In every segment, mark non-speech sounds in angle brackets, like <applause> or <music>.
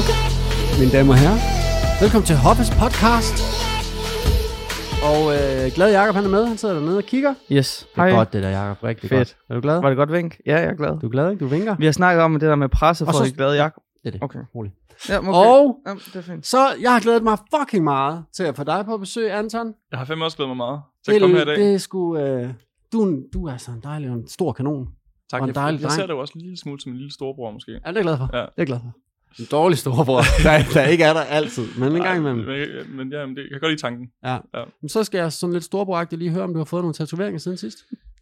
Okay. Mine damer og herrer, velkommen til Hoppes podcast. Og øh, glad Jakob han er med, han sidder dernede og kigger. Det Yes. er godt det der, Jakob. Rigtig Fedt. godt. Er du glad? Var det godt vink? Ja, jeg er glad. Du er glad, ikke? Du vinker? Vi har snakket om det der med presse for Og så- så... at glade Jakob. Det er det. Okay. Rolig. Ja, okay. Og Jamen, det er fint. så, jeg har glædet mig fucking meget til at få dig på besøg, Anton. Jeg har fandme også glædet mig meget til at komme her i dag. Det er sgu... Øh, du, er en- du er altså en dejlig og en stor kanon. tak, var en jeg, dejlig jeg dreng. ser det jo også en lille smule som en lille storbror måske. Er det er jeg glad for? Ja. Det er jeg glad for. En dårlig storbror, der, der ikke er der altid, men en gang imellem. Men, jeg- men ja, men det, jeg kan godt lide tanken. Men så skal jeg sådan lidt storbroragtigt lige høre, om du har fået nogle tatoveringer siden sidst.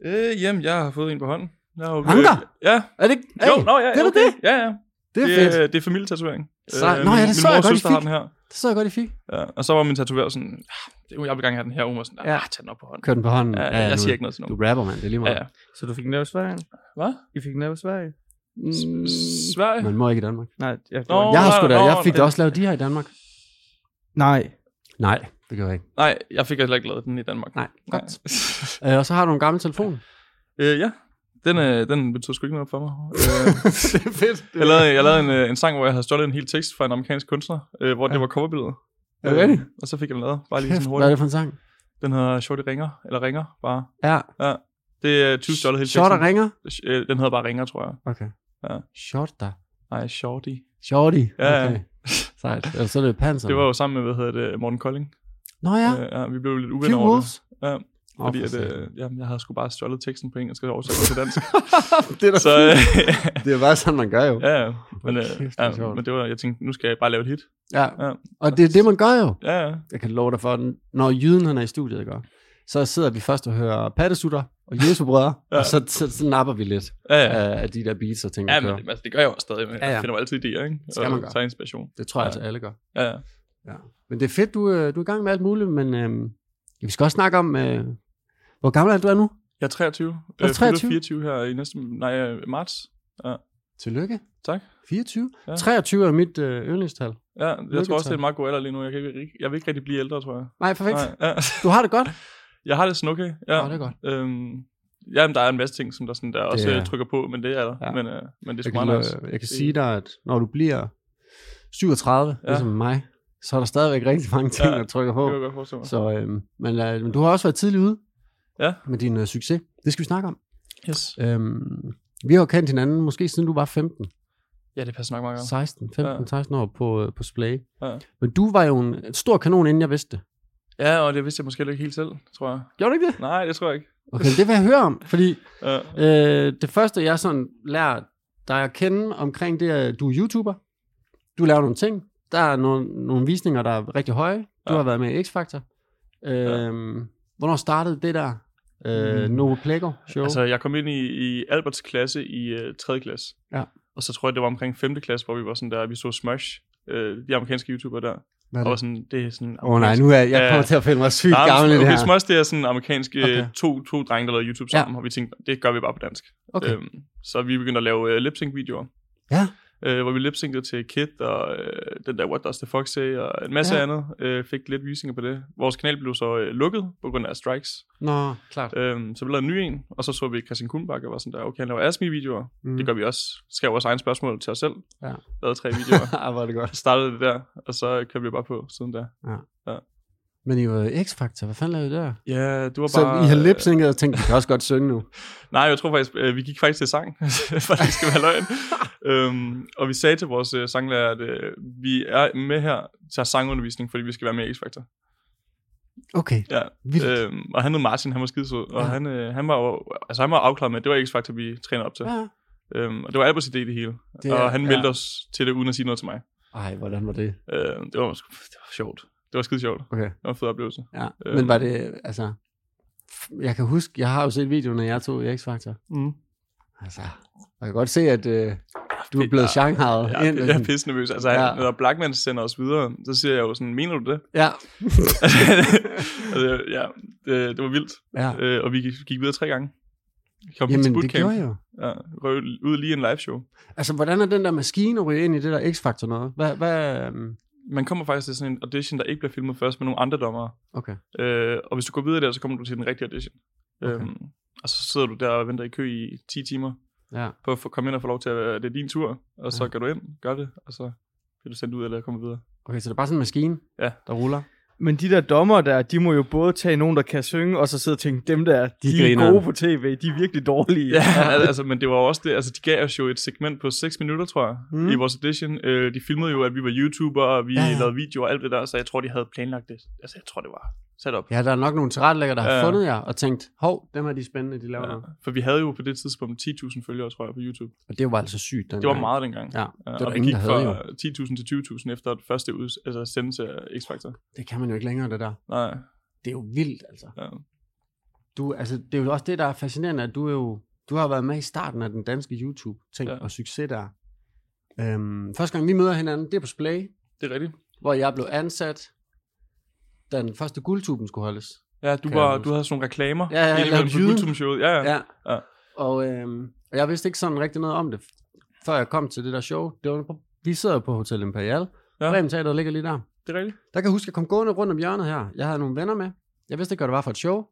Øh, jamen, jeg har fået en på hånden. Jeg har jo, Anker? ja. Er det ikke? Jo, nå, ja, det er da okay. det? Ja, ja. Det er fedt. Det, er- det er familietatovering. Øh, Sej. Nå, ja, det min, så min jeg mors godt, I søster har fik. den her. Det så jeg godt, I fik. Ja, og så var min tatoverer sådan, "Ah, det- jeg vil gerne have den her. Hun var sådan, Ja. ah, tag den op på hånden. Kør den på hånden. Ja, jeg siger ikke noget til Du nogen. rapper, mand. Det er lige meget. Ja, ja. Så du fik en Sverige? Hvad? I fik en Sverige? Mm, S- Sverige? Man må ikke i Danmark. nej, ja, det Nå. var... Jeg har sgu da, nå, jeg fik nå, da også lavet de her i Danmark. Nej. Nej, det gør jeg ikke. Nej, jeg fik altså ikke lavet den i Danmark. Nej, godt. Øh, og så har du en gammel telefon. <laughs> øh, ja, den, øh, den betød sgu ikke noget for mig. Øh, <laughs> det er fedt. Jeg lavede, jeg lavede en, øh, en sang, hvor jeg havde stjålet en hel tekst fra en amerikansk kunstner, øh, hvor ja. det var coverbilledet. Er det rigtigt? og så fik jeg den lavet, bare lige Kæft, sådan hvad er hurtigt. det for en sang? Den hedder Shorty Ringer, eller Ringer, bare. Ja. Det er 20 stjålet hele Short der teksten. ringer. Sh- øh, Den hedder bare Ringer, tror jeg. Okay. Ja. Short der. Nej, Shorty. Shorty. Ja, ja. Okay. Sejt. Eller så er det panser. Det var jo sammen med, hvad hedder det, Morten Kolding. Nå ja. Øh, ja vi blev lidt Few uvenner over det. Wolves. Ja, Åh, fordi for at, satan. øh, jamen, jeg havde sgu bare stjålet teksten på engelsk og oversat den til <laughs> dansk. det er da så øh, <laughs> Det er bare sådan, man gør jo. ja, ja. men, øh, Kæft, det ja, er sjovt. men det var, jeg tænkte, nu skal jeg bare lave et hit. Ja. Ja. Og det er det, man gør jo. Ja, ja. jeg kan love dig for, at når jyden han er i studiet, ikke? så sidder vi først og hører pattesutter og Jesu brødre, ja. <laughs> Ja. og så, så, så, napper vi lidt ja, ja. af, af de der beats og ting, Ja, ja, men kører. det- altså, det gør jeg jo også stadig. men Ja, ja. Jeg finder jo altid idéer, ikke? Skal man gøre. Og tager inspiration. Det tror jeg Ja. altså alle gør. Ja, ja. Men det er fedt, du, øh, du er i gang med alt muligt, men øhm, ja, vi skal også snakke om, øh, hvor gammel er du er nu? Jeg er 23. er Jeg 23? 23? 24 Øh, her i næste, nej, øh, marts. Tillykke. Tak. 24? Ja. Ja. 23 er mit øh, yndlingstal. Ja, jeg Lykke tror også, til. det er en meget god alder lige nu. Jeg, kan ikke, rig- jeg vil ikke rigtig blive ældre, tror jeg. Nej, perfekt. Nej. Nej, ja. Du har det godt? Jeg har det sådan okay. Ja, Nå, det er godt. Øhm, ja, men der er en masse ting, som der, sådan, der også er- øh, trykker på, men det er der. Ja. Ja. Men, øh, men det er Jeg sgu kan, meget nice. øh, jeg kan sige dig, at når du bliver 37, ja. Ja. ligesom mig, så er der stadigvæk rigtig mange ting, ja. Ja. der trykker på. Det kan jeg godt forestille mig. Så. Så, øhm, men, øh, men du har også været tidlig ude Ja. med din øh, succes. Det skal vi snakke om. Yes. Øhm, vi har jo kendt hinanden, måske siden du var 15, Ja, det passer nok meget godt. 16, 15, Ja. 16 år på, øh, på Splay. Ja. Men du var jo en en stor kanon, inden jeg vidste det. Ja, og det vidste jeg måske ikke helt selv, tror jeg. Gjorde du ikke det? Nej, det tror jeg ikke. Okay, men det vil jeg høre om, fordi Ja, øh, det første, jeg sådan lærer dig at kende omkring, det er, at du er YouTuber. Du laver nogle ting. Der er nogle, nogle visninger, der er rigtig høje. Du Ja. har været med i X-Factor. Øhm, Hvornår startede det der øh, Mm. Novo Plego show? altså, jeg kom ind i, i Alberts klasse i øh, 3. klasse. Ja. Og så tror jeg, det var omkring 5. klasse, hvor vi var sådan der, vi så Smash, øh, de amerikanske YouTubere der. Hvad er Og det? var sådan, det er sådan... Åh oh, nej, nu er jeg, jeg Ja. kommer til at føle mig sygt gammel i okay, det her. Smush, det er sådan amerikanske Okay. okay. to, to drenge, der lavede YouTube Ja. sammen, og vi tænkte, det gør vi bare på dansk. Okay. Øhm, så vi begyndte at lave øh, lip-sync-videoer. Ja. Øh, hvor vi lip-synkede til Kid og øh, den der What Does The Fox Say og en masse Ja. ja. andet. Øh, fik lidt visninger på det. Vores kanal blev så øh, lukket på grund af strikes. Nå, klart. Øhm, så vi lavede en ny en, og så så vi Christian Kuhnbakke og var sådan der, okay, han laver Asmi-videoer. Mm. Mm. Det gør vi også. Skrev vores egne spørgsmål til os selv. Ja. Lavede tre <laughs> videoer. ah, var det godt. Så startede det der, og så kørte vi bare på siden der. Men I var jo X-Factor, hvad fanden lavede I der? Ja, du var Så bare... I har øh, lipsynket og tænkt, vi kan også godt synge nu. Nej, jeg tror faktisk, øh, vi gik faktisk til sang, <laughs> for det skal være løgn. øhm, og vi sagde til vores øh, sanglærer, at øh, vi er med her til sangundervisning, fordi vi skal være med i X-Factor. Okay, Ja. vildt. Øh, Øhm, og han hed Martin, han var skidesød, og Ja. ja. han, øh, han, var, jo- altså, han var afklaret med, at det var X-Factor, vi træner op til. Ja. ja. Øhm, og det var Alberts idé det hele. Det Det, er- og han ja. meldte os til det, uden at sige noget til mig. Ej, hvordan var det? Øhm, det, var, sgu- det var sjovt. Det var skide sjovt. Okay. Det var en fed oplevelse. Ja. Øh. Men var det, altså... f- Jeg kan huske, jeg har jo set videoen af jer to i X-Factor. Mm. Altså, jeg kan godt se, at øh, du er blevet Ja. shanghajet Jeg, ind. er- jeg er pisse nervøs. Altså, Ja. ja. når Blackman sender os videre, så siger jeg jo sådan, mener du det? <laughs> Ja, altså, ja, det, det var vildt. ja. Øh, og vi gik, gik videre tre gange. Vi Kom Jamen, til det bootcamp. gjorde jeg jo. Ja, røg ud lige i en live show. Altså, hvordan er den der maskine at ryge ind i det der X-Factor noget? Hvad, hvad, øhm, Man kommer faktisk til sådan en audition, der ikke bliver filmet først med nogle andre dommere. okay. Øh, og hvis du går videre der, så kommer du til den rigtige audition. Okay. Okay. Øhm, og så sidder du der og venter i kø i 10 timer Ja. på at få, komme ind og få lov til at det er din tur. Og så Ja. ja. går du ind, gør det, og så Bliver du sendt ud, eller er kommet videre? Okay, så det er bare sådan en maskine, Ja. der ruller. Men de der dommer der, de må jo både tage nogen, der kan synge, og så sidde og tænke, dem der, de, de er griner. gode på tv, de er virkelig dårlige. <laughs> Ja, altså, men det var jo også det, altså de gav os jo et segment på 6 minutter, tror jeg, Mm. mm. i vores edition. Øh, de filmede jo, at vi var YouTuber, og vi Ja, ja, ja. ja. lavede videoer og alt det der, så jeg tror, de havde planlagt det. Altså, jeg tror, det var sat op. Ja, der er nok nogle tilrettelægger, der har Ja. fundet jer og tænkt, hov, dem er de spændende, de laver ja. Ja. For vi havde jo på det tidspunkt 10.000 følgere, tror jeg, på YouTube. Og det var altså sygt dengang. Det var meget dengang. Ja, Ja, det og var der det ingen, gik der havde jo. fra 10.000 til 20.000 efter det første ud, altså sendelse af X-Factor. Det kan man jo ikke længere, det der. Nej, Det er jo vildt, altså. ja. Du, altså, det er jo også det, der er fascinerende, at du er jo, du har været med i starten af den danske YouTube-ting ja. Ja. og succes der. Øhm, første gang vi møder hinanden, det er på Splay, det er rigtigt. hvor jeg blev ansat, da den første guldtuben skulle holdes. Ja, du, Kan jeg var, huske. du havde sådan nogle reklamer. Ja, ja, jeg indimellem lavede på lyden. YouTube-showet. Ja, ja. ja. ja. Og, øhm, og jeg vidste ikke sådan rigtig noget om det, før jeg kom til det der show. Det var, vi sidder jo på Hotel Imperial. Ja. Ja. Bremen Teateret ligger lige der. Det er rigtigt. Der kan jeg huske, jeg kom gående rundt om hjørnet her. Jeg havde nogle venner med. Jeg vidste ikke, hvad det var for et show.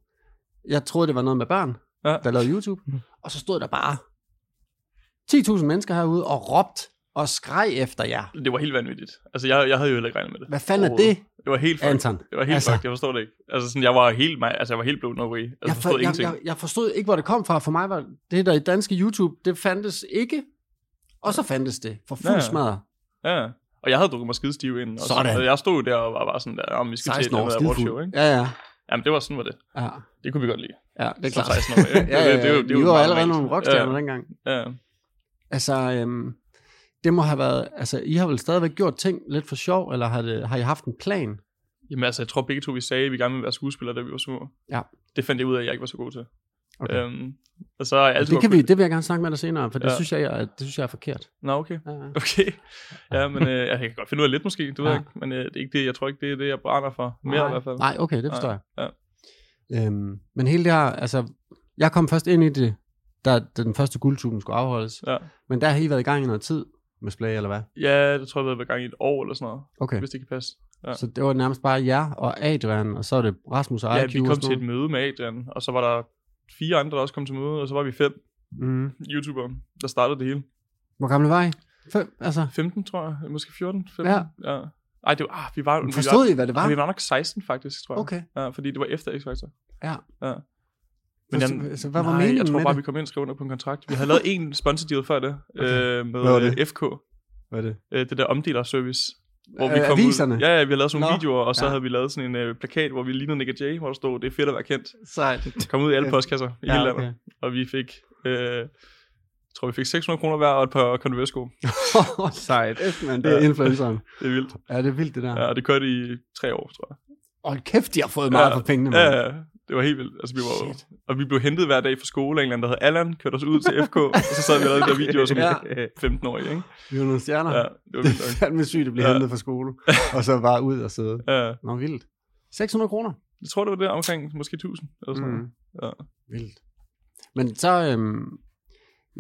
Jeg troede, det var noget med børn, ja. Ja. der lavede YouTube. Og så stod der bare 10.000 mennesker herude og råbt og skreg efter jer. Det var helt vanvittigt. Altså, jeg, jeg havde jo heller ikke regnet med det. Hvad fanden er det, Overhovedet. Det var helt fucked. Anton? Det var helt Altså- altså, fucked. Jeg forstår det ikke. Altså, sådan, jeg var helt, ma- altså, jeg var helt blå over i. Altså, jeg forstod for- jeg, ingenting. jeg, jeg forstod ikke, hvor det kom fra. For mig var det der i danske YouTube, det fandtes ikke. Og så fandtes det for fuld Ja, ja. smadret. Ja. Og jeg havde drukket mig skidestiv ind. Og så- Sådan. Og jeg stod der og var bare sådan der, om vi skal til 16 et år, eller andet show, skidefuld. ikke? Ja, ja, Jamen, det var sådan, var det. ja. Det kunne vi godt lide. Ja, det er Som klart. 16 år, ikke? ja, ja, <laughs> Det- det er jo- det vi er jo var meget allerede normalt. nogle rockstjerner Ja. dengang. Ja. Altså, øhm, det må have været, altså, I har vel stadigvæk gjort ting lidt for sjov, eller har, det, har I haft en plan? Jamen, altså, jeg tror begge to, vi sagde, at vi gerne ville være skuespillere, da vi var små. Ja. Det fandt jeg ud af, at jeg ikke var så god til. Okay. Øhm, og så har jeg altid Altså, det, kan godt vi, det vil jeg gerne snakke med dig senere om, for det, Ja. synes jeg, er, det synes jeg er forkert. kunne- Nå, okay. <laughs> Ja, ja. Okay. Ja, men øh, jeg kan godt finde ud af lidt måske, det ved Ja. jeg ikke. Men øh, det er ikke det, jeg tror ikke, det er det, jeg brænder for. Mere nej, i hvert fald. Nej, okay, det forstår Nej, jeg. Ja. Øhm, men hele det her, altså, jeg kom først ind i det, da, da den første guldtuben skulle afholdes, Ja. men der har I været i gang i noget tid med Splay, eller hvad? ja, det tror jeg, jeg har været i gang i et år eller sådan noget, Okay, hvis det kan passe. ja. så det var nærmest bare jer og Adrian, og så er det Rasmus og Ja, IQ vi og kom sådan til et noget. møde med Adrian, og så var der fire andre, der også kom til møde, og så var vi fem Mm. YouTubere, der startede det hele. Hvor gamle var I? Fem, altså, 15, tror jeg. Måske 14, 15. Ja. ja. Ej, det var, ah, vi var... forstod vi I, hvad det var, var? Ej, vi var nok 16, faktisk, tror jeg. Okay. Ja, fordi det var efter X-Factor. Ja. ja. Men jeg- så, så, hvad var nej, meningen jeg tror med bare, det? vi kom ind og skrev under på en kontrakt. Vi havde lavet en sponsordeal før det, okay. øh, med Hvad var det? øh, FK. Hvad er det? Øh, det der omdeler-service. Øh, aviserne? Ud, ja, ja, vi havde lavet sådan nogle Nå. videoer, og så Ja. havde vi lavet sådan en øh, plakat, hvor vi lignede Nick Jay, hvor der stod, det er fedt at være kendt. Sejt. Kom ud i alle postkasser i ja, hele landet. okay. og vi fik, øh, jeg tror vi fik 600 kroner hver og et par converse sko. <laughs> Sejt. Kæft, man, det er Ja. influenceren. Det er vildt. Ja, det er vildt, det der. Ja, og det kørte i tre år, tror jeg. Hold kæft, de har fået meget Ja. for pengene, mand. Ja, ja, det var helt vildt. Altså, vi var, Shit. og vi blev hentet hver dag fra skole af en eller anden, der hed Allan, kørte os ud til FK, og så sad vi og lavede de der videoer som Ja. Ah. ja. 15-årige, ikke? Vi er jo nogle stjerner. Ja, det var Det vildt er nok. fandme sygt at blive Ja. hentet fra skole, og så bare ud og sidde. Ja, Nå, vildt. 600 kroner. jeg tror, det var der omkring måske 1000 eller sådan Mm. mm. Ja. Vildt. Men så, øhm,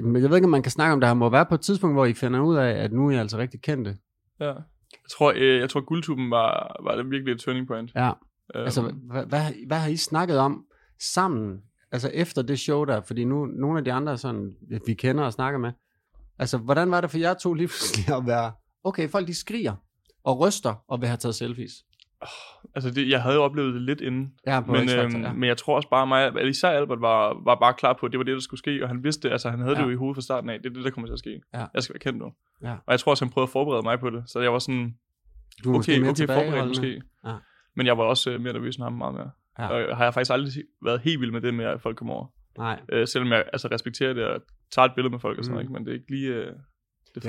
men jeg ved ikke, om man kan snakke om det her. Må være på et tidspunkt, hvor I finder ud af, at nu er I altså rigtig kendte. ja. Jeg tror, øh, jeg tror guldtuben var, var det virkelig et turning point. Ja. Øhm, Altså, hvad, hvad, hvad har I snakket om sammen, altså efter det show der? Fordi nu, nogle af de andre, sådan, vi kender og snakker med, altså, hvordan var det for jer to lige pludselig at være, okay, folk de skriger og ryster og vil have taget selfies? altså det, jeg havde jo oplevet det lidt inden, Ja, på Men, X øhm, Factor, ja. ja. men jeg tror også bare mig, at især Albert var, var bare klar på, at det var det, der skulle ske, og han vidste det, altså han havde Ja. det jo i hovedet fra starten af, det er det, der kommer til at ske. Ja. Jeg skal være kendt nu. Ja. Og jeg tror også, han prøvede at forberede mig på det, så jeg var sådan, Du er måske okay, mere okay, forberedt tilbageholdende. måske. Ja. Men jeg var også øh, mere nervøs end ham meget mere. Ja. Og jeg har jeg faktisk aldrig været helt vild med det med, at folk kommer over. Nej, Øh, selvom jeg altså, respekterer det og tager et billede med folk og sådan Mm. noget, ikke? men det er ikke lige øh, det fedeste.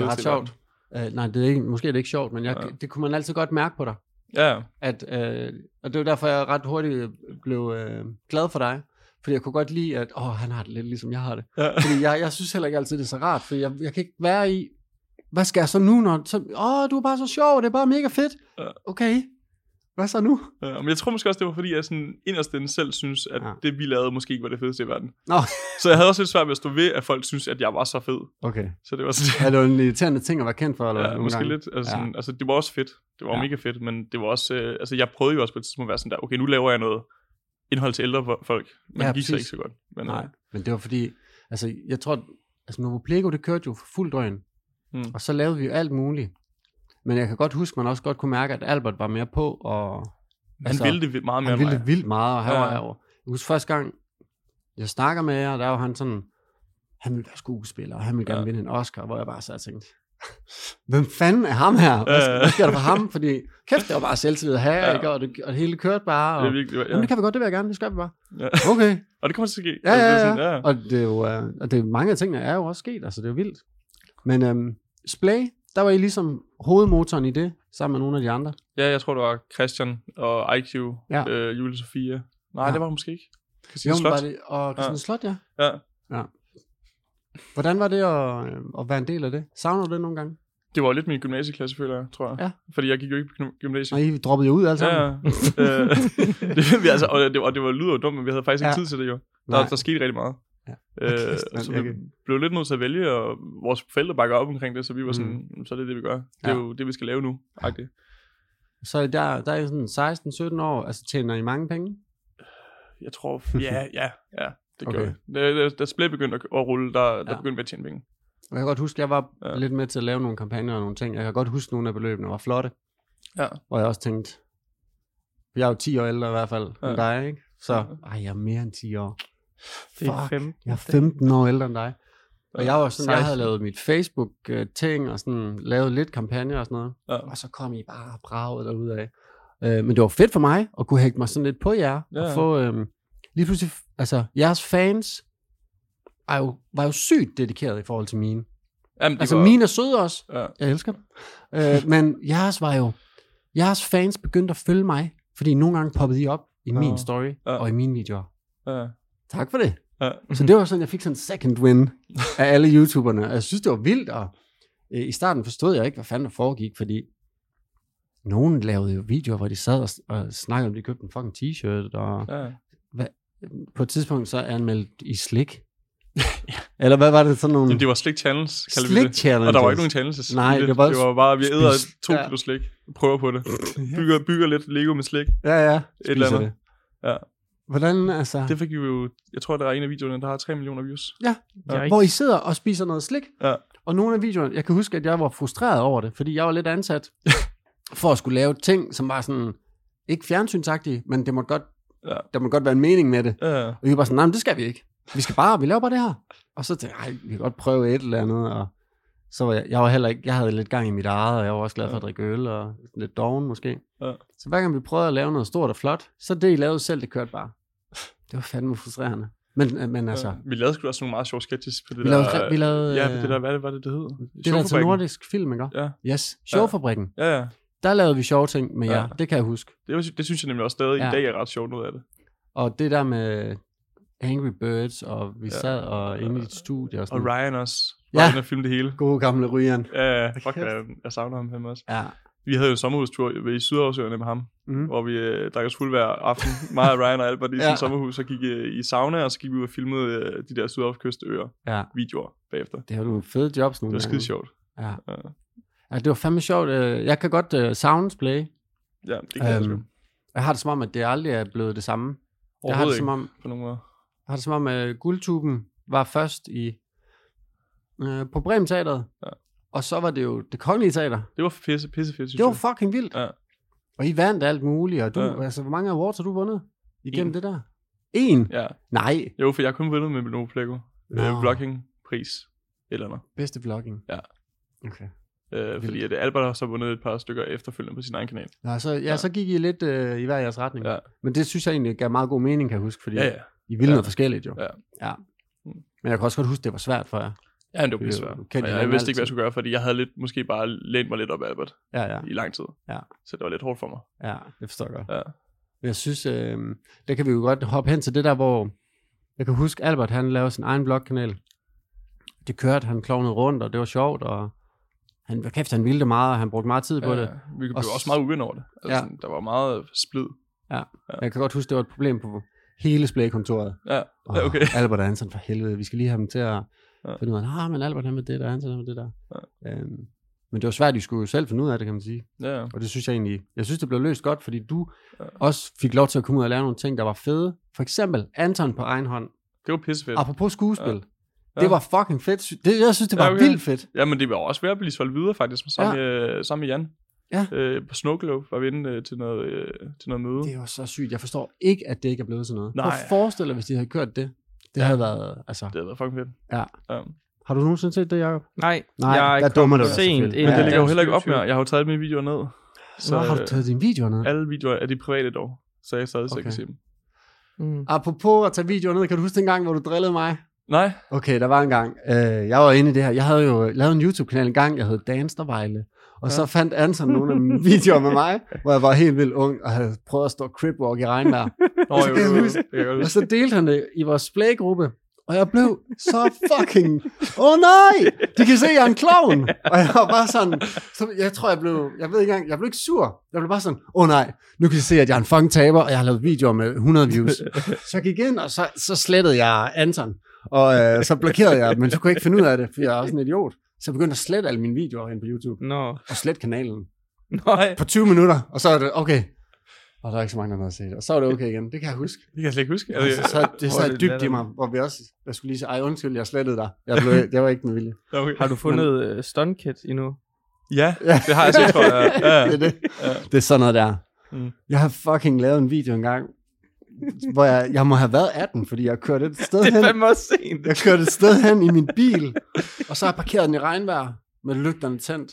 det er ret i verden. sjovt. Øh, nej, det er ikke, måske er det ikke sjovt, men jeg, ja. Ja. det kunne man altid godt mærke på dig. Ja, At, øh, og det var derfor, jeg ret hurtigt blev øh, glad for dig. Fordi jeg kunne godt lide, at åh, han har det lidt ligesom jeg har det. ja. Fordi jeg, jeg synes heller ikke altid, det er så rart, for jeg, jeg kan ikke være i, hvad skal jeg så nu, når, så, åh, du er bare så sjov, det er bare mega fedt. Ja. Okay, hvad så nu? ja. Men jeg tror måske også, det var fordi, jeg sådan inderst inde selv synes, at Ja. ja. det vi lavede måske ikke var det fedeste i verden. Nå, Så jeg havde også lidt svært ved at stå ved, at folk synes, at jeg var så fed. okay. Så det var <laughs> sådan, Er det jo en irriterende ting at være kendt for, eller hvad, ja, nogle måske gange? lidt. Altså, Ja. sådan, altså, det var også fedt. Det var Ja. ja. mega fedt, men det var også... Øh, altså, jeg prøvede jo også på et tidspunkt at være sådan der, okay, nu laver jeg noget indhold til ældre fo- folk, men Ja, ja, det gik så præcis. ikke så godt. Men, Nej, øh, men det var fordi, altså jeg tror, altså Novo Plego, det kørte jo for fuld drøn. Mm. Og så lavede vi jo alt muligt. Men jeg kan godt huske, man også godt kunne mærke, at Albert var mere på, og Han Altså, altså, ville det vi- meget mere han end ville mig. det vildt meget, og han Ja. var jo... Jeg husker første gang, jeg snakker med jer, der var han sådan, han ville være skuespiller, og han ville gerne Ja. vinde en Oscar, hvor jeg bare sad og tænkte, hvem fanden er ham her? Hvad skal, Ja. hvad sker der for ham? Fordi kæft, det var bare selvtillid at have, Ja. ikke? Og, det, og det hele kørte bare. Og, Det er virkelig, ja. Jamen, det kan vi godt, det vil jeg gerne, det skal vi bare. Ja. Okay, Og det kommer til at ske. Ja, Altså, det er ja, sådan, ja. <laughs> Og det er jo, øh, og det er mange af tingene er jo også sket, altså det er jo vildt. Men øhm, Splay, der var I ligesom hovedmotoren i det, sammen med nogle af de andre. Ja, jeg tror, det var Christian og IQ, Ja. ja. øh, Julie Sofia. Nej, Ja. ja. det var hun måske ikke. Christine Jo, jo, men Slot. var det, og Christian ja. Ja. Slot, ja. Ja. Hvordan var det at, øh, at være en del af det? Savner du det nogle gange? Det var jo lidt min gymnasieklasse, føler jeg, tror jeg. Ja. Fordi jeg gik jo ikke på gym- gymnasiet. Og I droppede jo ud alle sammen. Ja, ja. øh, <laughs> det, vi, altså, og, det, og det var lyder dumt, men vi havde faktisk ikke Ja. tid til det jo. Nej. Der, der skete rigtig meget. Ja. Ja. <laughs> Øh, Kæft, mand, så okay. vi blev lidt nødt til at vælge, og vores forældre bakker op omkring det, så vi var sådan, mm. så er det det, vi gør. Det er Ja. jo det, vi skal lave nu. Agtigt. Så der, der er I sådan 16-17 år, altså tjener I mange penge? Jeg tror, ja, ja, ja, det Okay. okay. gjorde vi. Da, da, da Split begyndte at, at rulle, der, der Ja. begyndte vi at tjene penge. Jeg kan godt huske, jeg var ja. Ja. lidt med til at lave nogle kampagner og nogle ting. Jeg kan godt huske, at nogle af beløbene var flotte. Ja. Hvor jeg også tænkte, jeg er jo 10 år ældre i hvert fald ja. Ja. end dig, ikke? Så, ej, jeg er mere end 10 år. Det er fem. Jeg er 15 år ældre end dig. Og jeg var sådan, jeg havde 16. lavet mit Facebook-ting, og sådan lavet lidt kampagne og sådan noget. Ja. Og så kom I bare braget derudad. Øh, men det var fedt for mig, at kunne hægte mig sådan lidt på jer, ja. og Ja. få øh, lige pludselig, altså jeres fans er jo, var jo sygt dedikeret i forhold til mine. Jamen, de Altså var- mine er søde også, Ja. jeg elsker dem. Øh, men jeres var jo, jeres fans begyndte at følge mig, fordi nogle gange poppede I op i min Ja. story Ja. og i mine videoer. Ja. Tak for det. Ja. Så det var sådan, jeg fik sådan en second win af alle YouTuberne. Og jeg synes, det var vildt, og øh, i starten forstod jeg ikke, hvad fanden der foregik, fordi nogen lavede jo videoer, hvor de sad og, og snakkede om, de købte en fucking t-shirt, og Ja. på et tidspunkt så anmeldte i slik. Eller hvad var det sådan nogle... Jamen, det var slik channels, kalder vi slik det. challenge. Og der var ikke nogen challenges. i Nej, det var bare- det var bare, vi æder Spis- to Ja. kilo slik, prøver på <laughs> det, bygger, bygger lidt Lego med slik. Ja, ja. Et eller Spiser andet. det. Ja. Hvordan, altså... Det fik vi jo, jeg tror, der er en af videoerne, der har 3 millioner views. Jeg er Hvor ikke, I sidder og spiser noget slik. Ja. Og nogle af videoerne, jeg kan huske, at jeg var frustreret over det, fordi jeg var lidt ansat for at skulle lave ting, som var sådan, ikke fjernsynsagtige, men det måtte godt, Ja. der måtte godt være en mening med det. Ja. Og vi var sådan, nej, men det skal vi ikke. Vi skal bare, vi laver bare det her. Og så tænkte jeg, "Ej, vi kan godt prøve et eller andet. Og så var jeg, jeg var heller ikke, jeg havde lidt gang i mit eget, og jeg var også glad for at drikke øl, og lidt doven måske. Ja. Så hver gang vi prøvede at lave noget stort og flot, så det, I lavede selv, det kørte bare. Det var fandme frustrerende. Men, men altså, Vi lavede sgu også nogle meget sjove sketches på det vi der... lavede, vi lavede ja, øh, på det der, hvad det, var det, det hed? det der til Showfabrikken. nordisk film, ikke? Ja. Yes, Showfabrikken. Ja, ja. Der lavede vi sjove ting med jer, Ja. det kan jeg huske. Det, var, det synes jeg nemlig også stadig Ja. i dag er ret sjovt noget af det. Og det der med Angry Birds, og vi Ja. sad og inde i et studie og Og sådan Ryan også. Ja. Ryan har filmet det hele. Gode gamle rygeren. Ja, ja. fuck, Kæft. jeg, jeg savner ham hjemme også. Ja. Vi havde jo sommerhustur i Sydhavsøerne med ham, Mm. hvor vi øh, drak os fuld hver aften. Mig og Ryan og <laughs> Albert i Ja. ja. sommerhus, så gik øh, i sauna, og så gik vi ud og filmede øh, de der Sydhavskystøer ja. videoer bagefter. Det har du fede jobs Det nogle var gange. skide sjovt. Ja. Ja. ja. det var fandme sjovt. Øh, Jeg kan godt uh, soundplay. Ja, det kan jeg sgu. Øhm, jeg har det som om, at det aldrig er blevet det samme. Jeg har det Overhovedet som ikke, om, på nogen måde. Jeg har det som om, at guldtuben var først i øh, på Bremen Teateret, ja. Ja. og så var det jo det kongelige teater. Det var pisse, pisse fedt, synes Det var jeg. fucking vildt. Ja. Og I vandt alt muligt, og du, ja. Ja. altså, hvor mange awards har du vundet igennem En. det der? En? Ja. Ja. Nej. Jo, for jeg har kun vundet med Novo Pleco. Nå. Øh, Blocking-pris. Eller noget. Bedste vlogging. Ja. Okay. Øh, fordi at Albert har så vundet et par stykker efterfølgende på sin egen kanal. Nå, så, ja, ja. Ja. så gik I lidt øh, i hver jeres retning. Ja. Men det synes jeg egentlig gav meget god mening, kan jeg huske, fordi Ja, ja. I ville ja. Ja. noget forskelligt jo. Ja. ja. Mm. Men jeg kan også godt huske, det var svært for jer. Ja, men det var Det pisse er jo- svært. du kendte Jeg, jeg hinanden vidste ikke, hvad jeg altid. skulle gøre, fordi jeg havde lidt, måske bare lænt mig lidt op af Albert Ja, ja, i lang tid. Ja. Så det var lidt hårdt for mig. ja, det forstår jeg godt. Ja. Men jeg synes, øh, der kan vi jo godt hoppe hen til det der, hvor jeg kan huske, Albert han lavede sin egen blogkanal. Det kørte, han klovnede rundt, og det var sjovt, og han, hvad kæft, han ville det meget, og han brugte meget tid på ja. det. Ja, vi blev Og s- også, også meget uvenner over det. Altså, Ja. sådan, der var meget splid. Jeg kan godt huske, det var et problem på hele splægekontoret. Ja, Og Ja, okay. <laughs> Albert og Anton, for helvede, vi skal lige have dem til at ja. Ja. finde ud af, nej, men Albert han med det der, Anton han med det der. Ja. Øhm, men det var svært, de skulle jo selv finde ud af det, kan man sige. ja. Og det synes jeg egentlig, jeg synes, det blev løst godt, fordi du Ja. også fik lov til at komme ud og lave nogle ting, der var fede. For eksempel Anton på egen hånd. Det var pissefedt. Apropos skuespil. Ja. Det var fucking fedt. sy- Det, jeg synes, det var Ja, ja, okay. okay. vildt fedt. Ja, men det var også ved at blive solgt videre faktisk, sammen, ja. med, øh, sammen med Jan. Ja. Øh, på Snowglobe var vi inde øh, til, noget, øh, til noget møde. Det var så sygt. Jeg forstår ikke, at det ikke er blevet sådan noget. Nej. Jeg forestiller dig, hvis de havde kørt det. Det ja. havde været, altså... Det havde været fucking fedt. Ja. ja. Har du nogensinde set det, Jacob? Nej, Nej, jeg der dummer du dig sent selvfølgelig. ind. Men Men det Ja. ligger jo heller ikke op mere. Jeg har jo taget mine videoer ned. Så har du øh, taget dine videoer ned. Alle videoer er de private dog, så jeg stadig okay. Okay. kan se dem. Mm. Apropos at tage videoer ned, kan du huske den gang, hvor du drillede mig? Nej, Okay, der var en gang. Øh, jeg var inde i det her. Jeg havde jo lavet en YouTube-kanal en gang, jeg hed Dance der Vejle. Og ja. så fandt Anton nogle af mine <laughs> videoer med mig, hvor jeg var helt vildt ung og havde prøvet at stå cripwalk i regnvejr. <laughs> Nå, jo, jo, jo. huske. Det kan jeg godt Og huske. så delte han det i vores playgruppe, og jeg blev så fucking, åh oh, nej, de kan se, at jeg er en klovn. Og jeg var bare sådan, så jeg tror, jeg blev, jeg ved ikke engang, jeg blev ikke sur. Jeg blev bare sådan, åh oh, nej, nu kan de se, at jeg er en fucking taber, og jeg har lavet videoer med 100 views. Så jeg gik ind, og så, så slettede jeg Anton, og øh, så blokerede jeg, men så kunne jeg ikke finde ud af det, for jeg er også en idiot. Så jeg begyndte at slette alle mine videoer ind på YouTube, Nå. og slette kanalen Nej. på 20 minutter, og så er det, okay, og der er ikke så mange, der har noget at se det. Og så var det okay igen, det kan jeg huske. Det kan jeg slet ikke huske. Altså, Altså, så, det sad Hvor er det dybt i latterligt. mig, hvor vi også, jeg skulle lige sige, ej undskyld, jeg slettede dig. Jeg, blev, jeg var ikke med vilje. jeg- okay. Har du fundet uh, Stunkit <laughs> endnu? Ja, Ja. det har jeg set, tror <laughs> jeg. Ja, det, ja. er det. det er sådan noget der. Mm. Mm. Jeg har fucking lavet en video engang, hvor jeg, jeg må have været 18, fordi jeg kørte et sted Det er hen. fandme også sent. Jeg kørte et sted hen i min bil, og så har jeg parkeret den i regnvejr med lygterne tændt.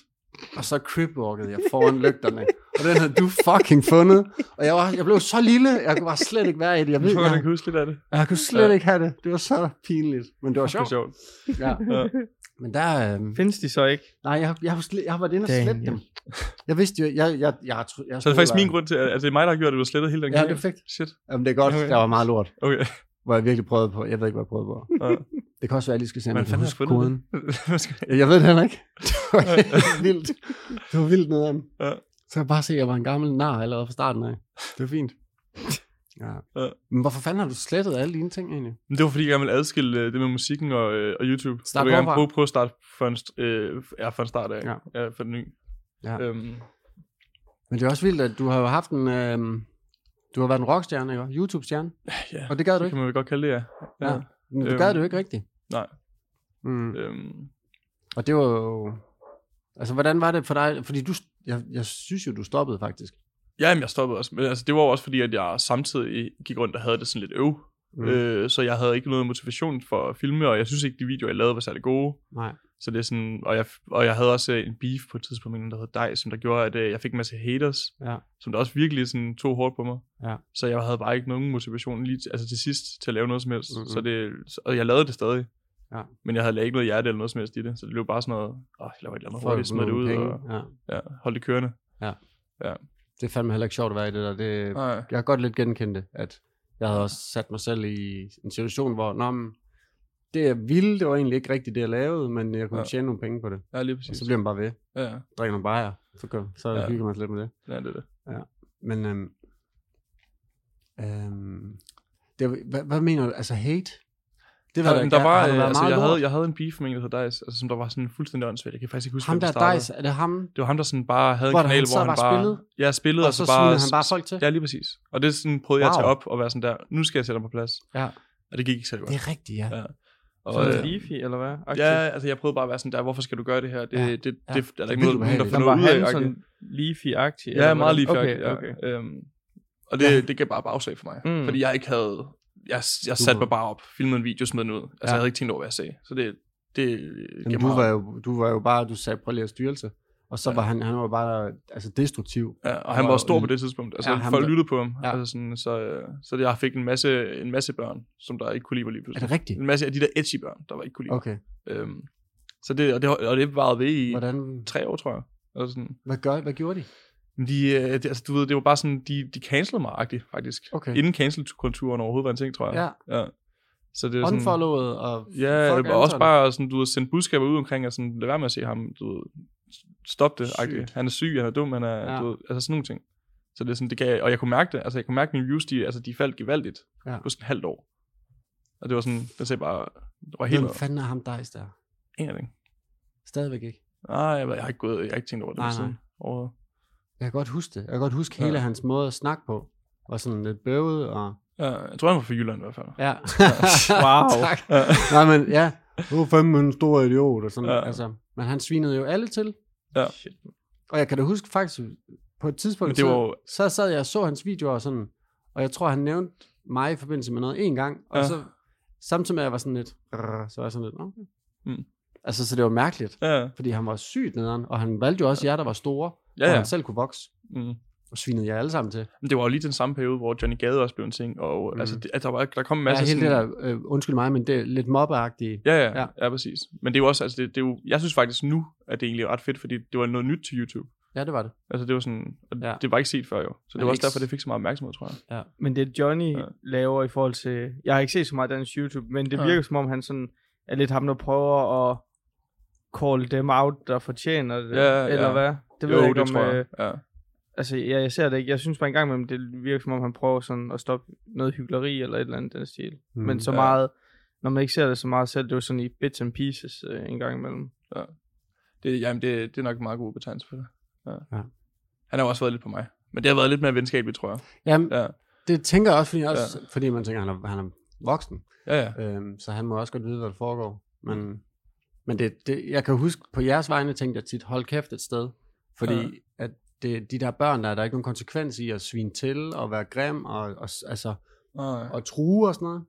Og så cripwalkede jeg foran lygterne. Og den havde du fucking fundet. Og jeg, var, jeg blev så lille, jeg kunne bare slet ikke være i det. Jeg, ved, Jeg tror, jeg jeg, kan huske lidt af det. jeg kunne slet Ja. ikke have det. Det var så pinligt. Men det var Det er sjovt. sjovt. Ja. Ja. Men der, øh, Findes de så ikke? Nej, jeg, jeg, har, slet- jeg har været inde og Daniel. slette dem. Jeg vidste jo, jeg, jeg, jeg, jeg, jeg Så det er faktisk min grund til, at at det er mig, der har gjort, at du har slettet hele den Ja, kanal. det er fedt. Shit. <laughs> Jamen, det er godt, Okay. okay. der var meget lort, Okay. hvor jeg virkelig prøvede på. Jeg ved ikke, hvad jeg prøvede på. Ja. Det kan også være, at jeg lige skal se, om Hvordan jeg kan fanden huske har du fundet koden. Hvad skal- Jeg ved det heller ikke. <laughs> Det var helt vildt. Det var vildt noget af dem. Ja. Så jeg kan bare se, at jeg var en gammel nar allerede fra starten af. Det var fint. Ja. Ja. Men hvorfor fanden har du slettet alle dine ting egentlig? Men det var fordi, jeg gerne ville adskille øh, det med musikken og, øh, og YouTube. Start jeg vil gerne forfra. prøve, prøve at starte for en, st- øh, ja, for en start af. Ja. Ja. ja for den ny. Ja. Øhm, Men det er også vildt, at du har jo haft en... Øh, du har været en rockstjerne, ikke? YouTube-stjerne. ja, Og det gad du det ikke. kan man vel godt kalde det, ja. Ja. ja. Men det Øhm, gad du ikke rigtigt. nej. Mm. Øhm, Og det var jo... Altså, hvordan var det for dig? Fordi du... Jeg, jeg synes jo, du stoppede faktisk. Ja, jamen, jeg stoppede også. Men altså, det var jo også fordi, at jeg samtidig gik rundt og havde det sådan lidt øv. Mm. Mm. Øh, så jeg havde ikke noget motivation for at filme, og jeg synes ikke, de videoer, jeg lavede, var særlig gode. Nej. Så det er sådan, og jeg, og jeg havde også øh, en beef på et tidspunkt med en, der hed Dej, som der gjorde, at øh, jeg fik en masse haters, Ja. som der også virkelig sådan, tog hårdt på mig. Ja. Så jeg havde bare ikke nogen motivation lige til, altså til sidst til at lave noget som helst. Mm-hmm. Mhm. Så det, så- og jeg lavede det stadig. Ja. Men jeg havde lavet ikke noget hjerte eller noget som helst i det, så det blev bare sådan noget, åh, jeg laver et eller andet hurtigt, smed det ud penge. og Ja. ja, hold det kørende. Det er fandme heller ikke sjovt at være i det der. Det, Nej. jeg har godt lidt genkendt det, at jeg havde også sat mig selv i en situation, hvor Nå, men, det jeg ville, det var egentlig ikke rigtigt det, jeg lavede, men jeg kunne Ja. ja. tjene nogle penge på det. Ja, lige Og præcis. så bliver man bare ved. Ja, ja, Drikker nogle bajer, så, gør, så Ja. ja. hygger man sig lidt med det. Ja, det er det. Men øhm, øhm, det, var- hvad, hvad mener du? Altså hate? Det Ja, da men ikke. der var, Har der øh, været altså, meget jeg, havde, lort? jeg havde en beef med en, der hed Dice, altså, som der var sådan fuldstændig åndssvagt. Jeg kan faktisk ikke huske, Ham hvem der startede. Dice, er det ham? Det var ham, der sådan bare havde Hvor en der- kanal, han hvor sad han bare og bare... spillede? Ja, spillede, og så bare... svinede han bare folk til? Ja, lige præcis. Og det sådan, prøvede wow. jeg at Wow. tage op og være sådan der, nu skal jeg sætte mig på plads. ja. Og det gik ikke særlig Det godt. er rigtigt, ja. Ja. Og, Så er det øh, Leafy, eller hvad? Aktivt. ja, altså jeg prøvede bare at være sådan der, hvorfor skal du gøre det her? Det, Ja, det, det, ja. det er der ikke vildt noget, nogen, der ubehageligt. får Men var noget ud af. han agtigt. sådan Leafy-agtig? Ja, eller meget lige hvordan? okay, Okay, <laughs> ja. okay. Øhm, og det, Ja. det gav bare bagslag for mig. Mm. Fordi jeg ikke havde... Jeg, jeg Du satte var- mig bare op, filmede en video, smed den ud. Altså Ja. jeg havde ikke tænkt over, hvad jeg sagde. Så det, det Jamen, du, var jo, du var jo bare, du sagde, prøv lige at styrelse. Og så var han, han var bare altså, destruktiv. Ja, og Han han var var stor jo- på det tidspunkt. Altså, Ja, ja, han folk var- lyttede på ham. Ja. Ja. Altså sådan, så, øh, så jeg fik en masse, en masse børn, som der ikke kunne lide mig lige Er pludselig. det rigtigt? En masse af de der edgy børn, der var ikke kunne lide mig. Okay. Okay. Øhm, så det, og det, og det varede ved i Hvordan? Hvordan, tre år, tror jeg. Altså sådan, hvad, gør, hvad gjorde de? Men de, øh, det, altså, du ved, det var bare sådan, de, de cancelede mig agtigt, faktisk. Okay. Inden cancel-kulturen overhovedet var en ting, tror jeg. Ja. ja. Så det er sådan, Unfollowet og Ja, fuck og også Anton. bare sådan, du har sendt budskaber ud omkring, at sådan, lad være med at se ham, du ved, stop det, Sygt. agtigt. han er syg, han er dum, han er, ja. Ja. du ved, altså sådan nogle ting. Så det er sådan, det kan, og jeg kunne mærke det, altså jeg kunne mærke, at mine views, de, altså, de faldt gevaldigt ja. Ja. på sådan et halvt år. Og det var sådan, jeg sagde bare, det var helt Hvem fanden er ham Dice der? ingenting. Stadigvæk ikke. Nej, jeg, ved- jeg har ikke gået, jeg har ikke tænkt over det. Nej, sådan, nej. Overhovedet. Jeg kan godt huske det. Jeg kan godt huske Ja. ja. hele hans måde at snakke på. Var sådan lidt bøvet og... <laughs> Ja, jeg tror, han var fra Jylland i hvert fald. Ja. Wow. tak. Ja. Nej, men ja. Du er fandme en stor idiot, og sådan Ja. ja. altså, Men han svinede jo alle til. Ja. Shit. Og jeg kan da huske faktisk, på et Men tidspunkt, det så, var jo- så sad jeg og så hans videoer og sådan, og jeg tror, han nævnte mig i forbindelse med noget en gang, og Ja. ja. så samtidig med, at jeg var sådan lidt, "Rrr", så var jeg sådan lidt, okay. Mm. Altså, så det var mærkeligt, Ja, ja. fordi han var sygt nederen, og han valgte jo også jer, der var store, ja, og ja. han selv kunne vokse, Mm. og svinede jer alle sammen til. Men det var jo lige den samme periode, hvor Johnny Gade også blev en ting, og mm. Mm. altså, det, at der, var, der kom en Ja, masse hele det sådan- der, øh, undskyld mig, men det er lidt mobbeagtige. Ja, ja, ja, Ja. ja, præcis. Men det er jo også, altså det, det er jo, jeg synes faktisk nu, at det egentlig er ret fedt, fordi det var noget nyt til YouTube. Ja, det var det. Altså det var sådan, og Ja. det var ikke set før jo. Så det Men var også ikke- derfor, det fik så meget opmærksomhed, tror jeg. Men det Johnny Ja. ja. laver i forhold til... Jeg har ikke set så meget dansk YouTube, men det Ja. virker som om, han sådan er lidt ham, der prøver at call dem out, der fortjener det. Ja, eller ja. hvad? Det ved jeg ikke, om... tror jeg. øh, Ja. Altså, ja, jeg ser det ikke. Jeg synes bare engang imellem, det virker som om, han prøver sådan at stoppe noget hyggeleri eller et eller andet i den stil. Mm, Men så Ja. ja. meget, når man ikke ser det så meget selv, det er jo sådan i bits and pieces øh, en gang imellem. Det, jamen, det, det er nok en meget god betegnelse for det. Ja. ja. Ja. Han har jo også været lidt på mig. Men det har været lidt mere venskabeligt, tror jeg. Jamen, Ja, det tænker jeg også, fordi, jeg også, ja. fordi man tænker, han er, han er voksen. ja, ja. Øhm, så han må også godt vide, hvad der foregår. Men, men det, det, jeg kan huske, på jeres vegne tænkte jeg tit, hold kæft et sted. Fordi Ja. ja. at det, de der børn, der, er der er ikke nogen konsekvens i at svine til og være grim og, og, s- altså, Nej. og true og sådan noget.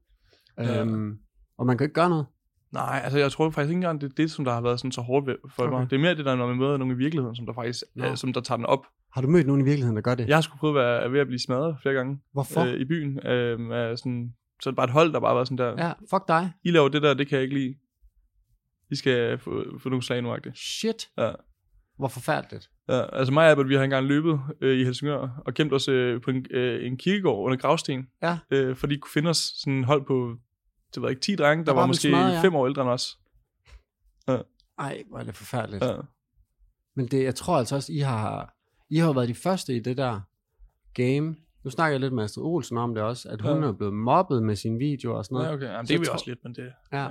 Ja. Ja. Øhm, og man kan ikke gøre noget. Nej, altså jeg tror faktisk ikke engang, det er det, som der har været sådan så hårdt ved for okay. Okay. mig. Det er mere det der, når man møder nogen i virkeligheden, som der faktisk, Nå. øh, som der tager den op. Har du mødt nogen i virkeligheden, der gør det? Jeg har sgu prøvet at være ved at blive smadret flere gange Hvorfor? øh, i byen. Øh, af sådan, så er det bare et hold, der bare var sådan der, Ja, fuck dig. I laver det der, det kan jeg ikke lide. I skal få, få nogle slag nu, agtigt. Shit, Ja. hvor forfærdeligt. Ja, altså mig og Albert, vi har engang løbet øh, i Helsingør og gemt os øh, på en, øh, en kirkegård under gravsten, Ja. øh, for de kunne finde os sådan en hold på, det ved jeg ikke, 10 drenge, der Der var bare måske blev smadret, ja. 5 år ældre end os. Ej, hvor er det forfærdeligt. Ja. Men det, jeg tror altså også, I har, I har jo været de første i det der game. Nu snakker jeg lidt med Astrid Olsen om det også, at hun Ja. er blevet mobbet med sine videoer og sådan noget. Ja, okay. Jamen, Så det er vi tror- også lidt, men det... Ja.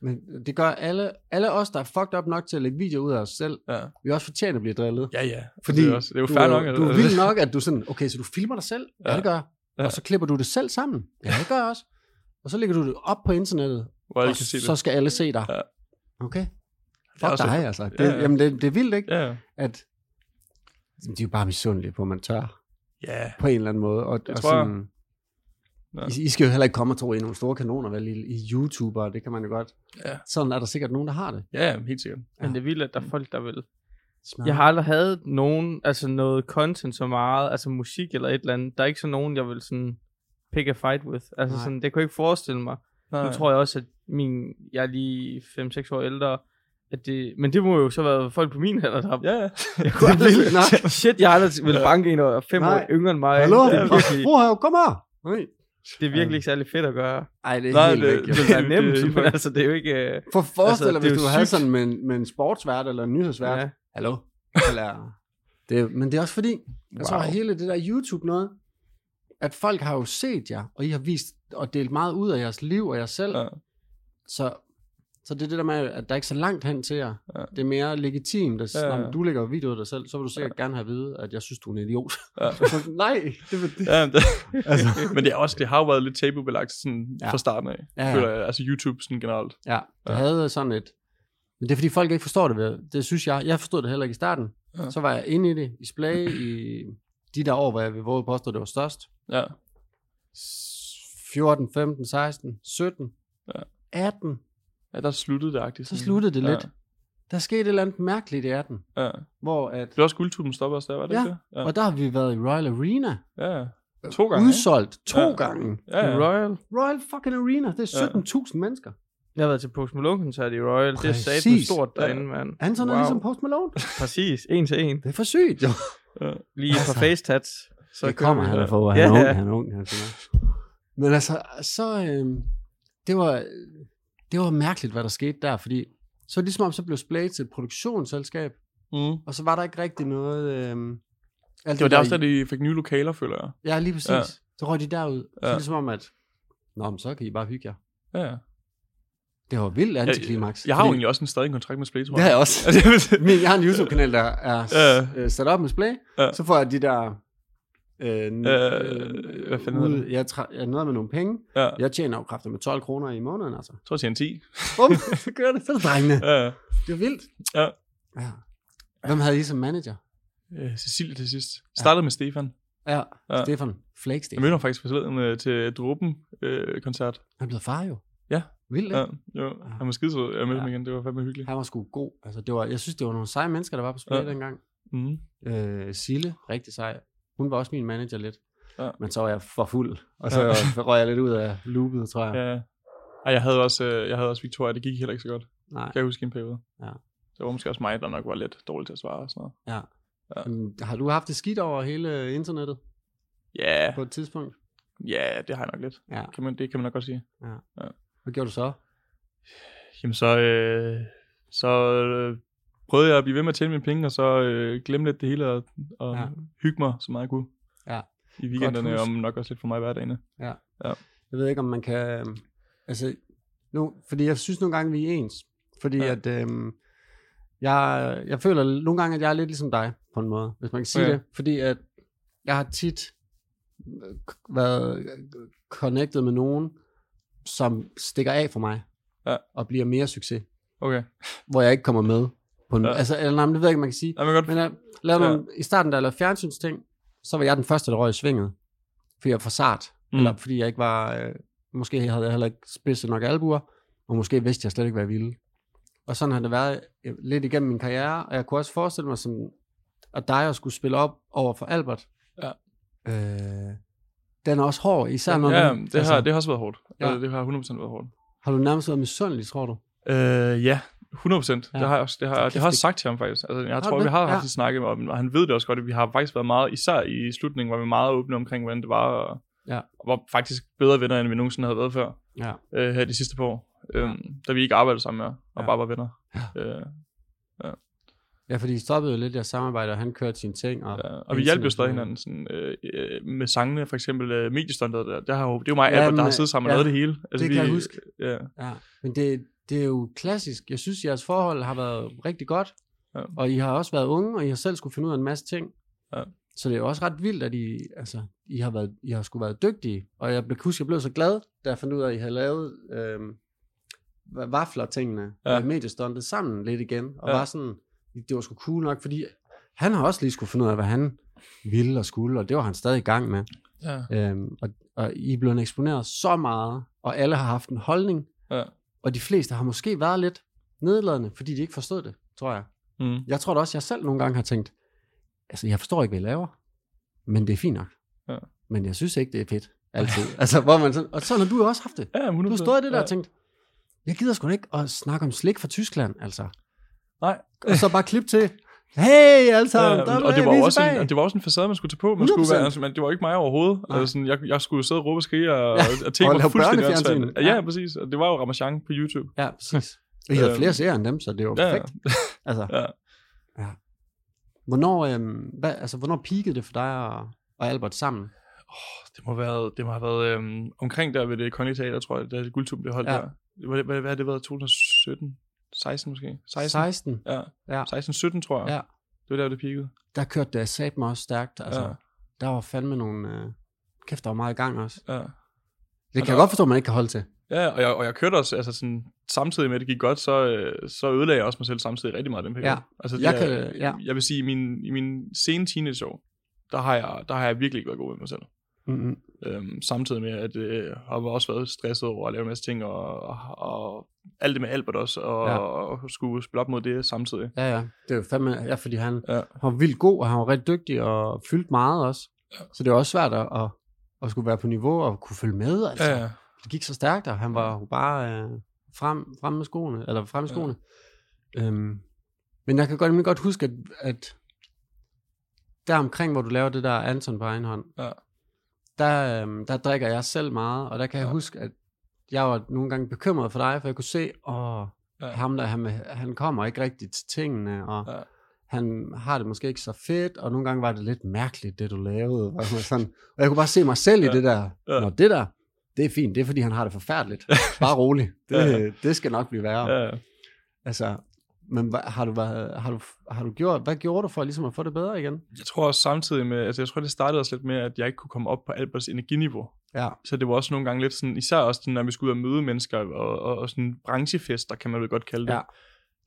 Men det gør alle, alle os, der er fucked up nok til at lægge video ud af os selv, Ja, vi er også fortjent at blive drillet. ja. ja. Fordi det er, også, det er jo fair du, nok. Du er altså. vild nok, at du sådan, okay, så du filmer dig selv? Ja, Ja. ja det gør jeg. Ja. Og så klipper du det selv sammen? Ja, det gør jeg også. Og så lægger du det op på internettet, Hvor jeg og ikke kan se det. så skal alle se dig. Ja. Okay. er Fuck også- dig, altså. Det, Ja, ja. Jamen, det, det er vildt, ikke? Ja, ja. At, Jamen, de er jo bare misundelige på, at man tør. Ja, på en eller anden måde. Og, og tror jeg. sådan, Ja. I, I skal jo heller ikke komme og tro, at I er nogle store kanoner, vel? I, I YouTuber, det kan man jo godt. Ja. Sådan er der sikkert nogen, der har det. ja, ja, helt sikkert. Men Ja. det er vildt, at der er folk, der vil. Smadret. Jeg har aldrig havde nogen, altså noget content så meget, altså musik eller et eller andet. Der er ikke sådan nogen, jeg vil sådan pick a fight with. Altså Nej. sådan, det kunne jeg ikke forestille mig. Nej. Nu tror jeg også, at min, jeg er lige 5-6 år ældre, at det, men det må jo så være folk på min alder, der har Ja, ja. Det er <laughs> vildt nok. Shit, jeg har aldrig ville banke en, og er fem Nej. år yngre end mig. Hallo? Det er virkelig, Bro, her, kom her! Nej. det er virkelig ikke særlig fedt at gøre. Ej, det er Nej, Nej, helt det, væk. Det det- jo. ville være Det- nemt, det- men altså, det er jo ikke... øh, For forestil altså, dig, det er hvis jo du havde sygt. sådan med en, med en sportsvært eller en nyhedsvært. Ja. <laughs> Hallo? Eller, det, men det er også fordi, wow. jeg tror, at hele det der YouTube noget, at folk har jo set jer, og I har vist og delt meget ud af jeres liv og jer selv. Ja. Så, så det er det der med, at der er ikke så langt hen til jer. Ja. Ja. Det er mere legitimt, at Ja, ja. ja, ja. du lægger jo video af dig selv, så vil du sikkert ja. gerne have at vide, at jeg synes, du er en idiot. Ja. Så, <laughs> Nej, det vil det. Ja, <laughs> men det, <laughs> Altså, men det, er også, det har jo været lidt tabubelagt sådan Ja. fra starten af. Ja, ja. Føler jeg, altså YouTube sådan generelt. ja, det ja. havde sådan et... Men det er fordi, folk ikke forstår det. vel? Det synes jeg. Jeg forstod det heller ikke i starten. Ja. Ja. Så var jeg inde i det, i Splay, i de der år, hvor jeg vil våge at påstå, det var størst. Ja, 14, 15, 16, 17, Ja. ja. 18. ja der sluttede det agtigt. Så sådan. sluttede det Ja. lidt. Der skete et eller andet mærkeligt i 18, Ja. hvor at... Det var også guldtuben stopper også der, var det Ja, ikke det? Ja. Og der har vi været i Royal Arena. ja, ja. To gange, ikke? Udsolgt to Ja. ja. gange. Ja, ja. Royal. Royal fucking Arena. Det er Ja. 17.000 mennesker. Jeg har været til Post Malone-koncert i Royal. Det er satme Præcis. stort derinde, mand. Anton wow. er ligesom Post Malone. Præcis, en til en. Det er for sygt. Jo. Lige et par face tats. Så det kommer kører vi han der. da for. Han Ja, er ja. ung, han er ung. Han er sådan noget. Men altså, så... Øh, det var... Det var mærkeligt, hvad der skete der, fordi så ligesom om, så blev Splay til et produktionsselskab, Mm. og så var der ikke rigtig noget... Øh, alt Det var der også, i- da de fik nye lokaler, føler jeg. Ja, lige præcis. Ja. Ja. Så røg de derud. Ja. Så Ja. er det som om, at Nå, men så kan I bare hygge jer. Ja, ja. Det var vildt antiklimaks. Jeg har jo fordi- egentlig også en stadig en kontrakt med Splay, tror Det har jeg. jeg også. <laughs> Ja, det er vel- <laughs> Men jeg har en YouTube-kanal, der er Ja. ja. sat op med Splay. Ja. Ja. Så får jeg de der Øh, n- Øh, hvad fanden hedder ude, jeg, tra- jeg er noget med nogle penge. Ja, Jeg tjener jo kræfter med 12 kroner i måneden, altså. jeg tror, jeg siger en 10. <laughs> Bum, så kører det. Så er det drengene. Ja, ja. Det er vildt. Ja. ja. Hvem havde I som manager? Øh, Cecilie til sidst. Startede med Stefan. Ja, Ja. ja. Stefan Flakes. Jeg mødte ham faktisk forleden øh, til Dråben-koncert. Han blev far jo. Ja. Vildt, ikke? ja, jo. Han var skidesød. Jeg mødte ham igen. Det var fandme hyggeligt. Han var sgu god. Altså, det var, jeg synes, det var nogle seje mennesker, der var på spil Ja. ja. dengang. Mm. Øh, Sille, rigtig sej. Hun var også min manager lidt. Ja. Ja. Men så var jeg for fuld, og <laughs> så Ja. røg jeg lidt ud af loopet, tror jeg. Ja. Ja. Ej, jeg havde også, øh, jeg havde også Victoria. Det gik heller ikke så godt. Nej, Kan jeg huske i en periode. Ja. Det var måske også mig, der nok var lidt dårlig til at svare og sådan noget. ja. Ja. Mm, Har du haft det skidt over hele internettet Ja, på et tidspunkt? ja, det har jeg nok lidt. Ja. Kan man, det kan man nok godt sige. Hvad gjorde du så? Jamen så, øh, så øh, prøvede jeg at blive ved med at tjene mine penge, og så øh, glemme lidt det hele og, og ja. Ja. hygge mig så meget jeg kunne. Ja. I weekenderne, og husk. nok også lidt for mig i hverdagene. Jeg ved ikke, om man kan... øhm, Altså, nu, fordi jeg synes nogle gange, vi er ens. Fordi Ja. ja. at... Øhm, jeg, jeg føler nogle gange, at jeg er lidt ligesom dig, på en måde, hvis man kan sige Okay. det. Fordi at jeg har tit øh, k- været øh, connected med nogen, som stikker af for mig, Ja. og bliver mere succes, Okay. hvor jeg ikke kommer med. På en, Ja. ja. Altså, eller, nej, men det ved jeg ikke, man kan sige. Nej, men godt. Men jeg lavede ja. nogle, i starten, da jeg lavede fjernsynsting, så var jeg den første, der røg i svinget. Fordi jeg var for sart. Mm. Mm. Eller fordi jeg ikke var... Øh, måske havde jeg heller ikke spidset nok albuer. Og måske vidste jeg slet ikke, hvad jeg ville. Og sådan har det været øh, lidt igennem min karriere. Og jeg kunne også forestille mig, som, at dig og skulle spille op over for Albert. Ja. Øh, den er også hård, især når ja, man, det, har, det har også været hårdt. altså- Ja. Ja. Det har 100% været hårdt. har du nærmest været misundelig, tror du? Øh, ja, 100%. Ja. Det Ja. har jeg også, det har, det har jeg også Kæft, sagt til ham faktisk. Altså, jeg du tror, vi det? har haft Ja. ja. snakket om, og han ved det også godt, at vi har faktisk været meget, især i slutningen, var vi meget åbne omkring, hvordan det var, og, Ja. og var faktisk bedre venner, end vi nogensinde havde været før. Ja. øh, her de sidste par år, øh, da vi ikke arbejdede sammen mere, og Ja. bare var venner. Ja. Øh, Ja, fordi I stoppede jo lidt jeres samarbejde, og han kørte sine ting. Og, ja. Og vi hjalp jo stadig Internet. hinanden sådan, øh, øh, med sangene, for eksempel øh, mediestuntet der. Der har, jo- det er jo mig og Ja, Albert, der men, har siddet sammen ja. og lavet det hele. Altså, Det kan jeg huske. Ja, Ja, men det, det er jo klassisk. Jeg synes, jeres forhold har været rigtig godt, Ja. ja. og I har også været unge, og I har selv skulle finde ud af en masse ting. Ja. Så det er jo også ret vildt, at I, altså, I, har, været, I har skulle været dygtige. Og jeg kan huske, jeg blev så glad, da jeg fandt ud af, at I havde lavet øhm, va- vafler-tingene Ja. ja. og mediestuntet sammen lidt igen. Og Ja. ja. var sådan, det var sgu cool nok, fordi han har også lige skulle finde ud af, hvad han ville og skulle, og det var han stadig i gang med. ja. Øhm, og, og I er blevet eksponeret så meget, og alle har haft en holdning, Ja. og de fleste har måske været lidt nedladende, fordi de ikke forstod det, tror jeg. Mm. Jeg tror da også, jeg selv nogle gange har tænkt, altså jeg forstår ikke, hvad I laver, men det er fint nok. Ja. Men jeg synes ikke, det er fedt. Altid. <laughs> altså, hvor man sådan, og sådan har du jo også haft det. ja 100%. Du har stået i det der ja. og tænkt, jeg gider sgu da ikke at snakke om slik fra Tyskland, altså. Nej. Og <laughs> så bare klip til, hey alle sammen, Ja, der Øhm, og, det var også en, og det, det var også en facade, man skulle tage på. Man skulle 100%. være, altså, man, det var ikke mig overhovedet. Nej. Altså, sådan, jeg, jeg skulle jo sidde og råbe og skrige, og, og, og og tænke mig lave fuldstændig børnefjernsyn. åndssvagt. Ja, Ja. præcis. Og det var jo Ramachan på YouTube. Ja, præcis. Og I havde Øhm, flere seere end dem, så det var Ja, perfekt. <laughs> Altså, ja. Hvornår, øhm, hvad, altså, hvornår peakede det for dig og, og Albert sammen? Det må have været, det må have været øhm, omkring der ved det kongelige teater, tror jeg, da guldtuben blev holdt ja. Ja. der. Hvad, hvad, hvad har det været? 2017? 16 måske? 16? 16. Ja, Ja. 16-17 tror jeg. Ja. Det var der, det peakede. Der kørte det satme mig også stærkt. Altså, Ja. ja. Der var fandme nogle... Øh, kæft, der var meget i gang også. Ja. Det Og kan jeg der- godt forstå, at man ikke kan holde til. Ja, og jeg, og jeg kørte også, altså sådan, samtidig med, at det gik godt, så, øh, så ødelagde jeg også mig selv samtidig rigtig meget den periode. Ja. Altså, Jeg jeg, kan- ja. jeg vil sige, i min, i min sene teenageår, der har, jeg, der har jeg virkelig ikke været god ved mig selv. Mm-hmm. Øhm, samtidig med, at øh, jeg har også været stresset over at lave en masse ting, og, og, og alt det med Albert også, og, ja. Ja. og skulle spille op mod det samtidig. Ja, ja. Det er jo fandme... Ja, fordi han, Ja. ja. han var vildt god, og han var rigtig dygtig, og fyldte meget også. Ja. Så det var også svært at, at, at skulle være på niveau og kunne følge med. Altså. Ja, ja. Det gik så stærkt, og han var jo bare øh, frem, frem med skoene, eller frem i skoene. Ja. Øhm, men jeg kan godt, nemlig godt huske, at, at der omkring, hvor du laver det der Anton på egen hånd, Ja. der, øhm, der drikker jeg selv meget, og der kan jeg Ja. huske, at jeg var nogle gange bekymret for dig, for jeg kunne se, åh, Ja. ja. ham der, han, han kommer ikke rigtigt til tingene, og Ja. ja. han har det måske ikke så fedt, og nogle gange var det lidt mærkeligt, det du lavede. Og, sådan. og jeg kunne bare se mig selv i Ja. det der. Ja. Ja. Nå, det der, det er fint, det <laughs> er fordi, han har det forfærdeligt. Bare rolig. Det, Ja, det skal nok blive værre. Ja. Ja, Altså, Men hvad, har, du været, har, du, har du gjort, hvad gjorde du for ligesom at få det bedre igen? Jeg tror også samtidig med, altså jeg tror, det startede også lidt med, at jeg ikke kunne komme op på Alberts energiniveau. Ja. Så det var også nogle gange lidt sådan, især også sådan, når vi skulle ud og møde mennesker, og, og, og sådan branchefester, kan man vel godt kalde det. Ja.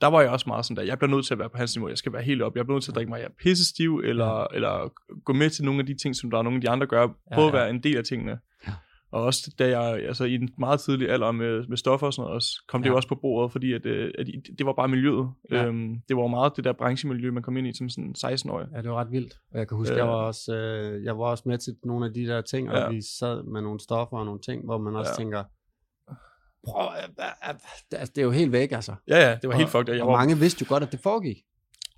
Der var jeg også meget sådan der, jeg bliver nødt til at være på hans niveau, jeg skal være helt op, jeg bliver nødt til at drikke mig, jeg er pissestiv, eller, ja. eller gå med til nogle af de ting, som der er nogle af de andre gør, ja. prøve ja, at være en del af tingene. Ja. Og også da jeg, altså i en meget tidlig alder med, med stoffer og sådan noget, også, kom det Ja. jo også på bordet, fordi at, øh, at i- det var bare miljøet. Ja. Ja. Øhm, det var jo meget det der branchemiljø, man kom ind i som sådan 16-årig. Ja, det var ret vildt. Og jeg kan huske, øh. Øh. jeg, var også, øh, jeg var også med til nogle af de der ting, og Ja. ja. vi sad med nogle stoffer og nogle ting, hvor man også Ja. ja. tænker, prøv, øh, hvad- hvad- altså, det er jo helt væk, altså. Ja, ja, det var Og- helt fucked. og Jeg Og var mange vidste jo godt, at det foregik.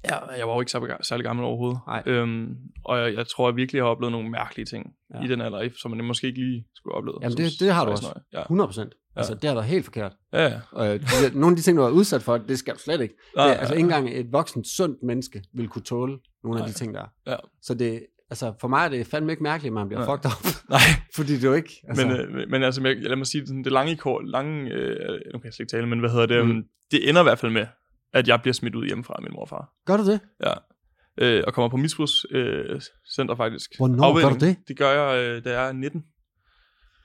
Ja, jeg var jo ikke særlig, særlig gammel overhovedet. Nej. Øhm, og jeg, jeg tror, jeg virkelig har oplevet nogle mærkelige ting Ja. ja. i den alder, som man måske ikke lige skulle opleve. Jamen, som det- det har du også. 16-årig. Ja. 100 procent. Altså, det har været helt forkert. ja, ja. Og øh, de, der- nogle af de ting, du var udsat for, det skal du slet ikke. Nej, det, er, altså, ikke engang et voksent, sundt menneske vil kunne tåle nogle af Nej. de ting, der er. Ja. Så det, altså, for mig er det fandme ikke mærkeligt, at man bliver Nej. fucked up. Nej, Fordi det er jo ikke... <laughs> Altså, men, øh, men altså, jeg, lad mig sige, det sådan, det lange i kår, lange, øh, nu kan jeg slet ikke tale, men hvad hedder det, Mm. mm. det ender i hvert fald med, at jeg bliver smidt ud hjemmefra af min morfar. gør du det? Ja. Øh, og kommer på misbrugscenter øh, center faktisk. Hvornår Afvænning. gør du det? Det gør jeg, øh, da jeg er 19.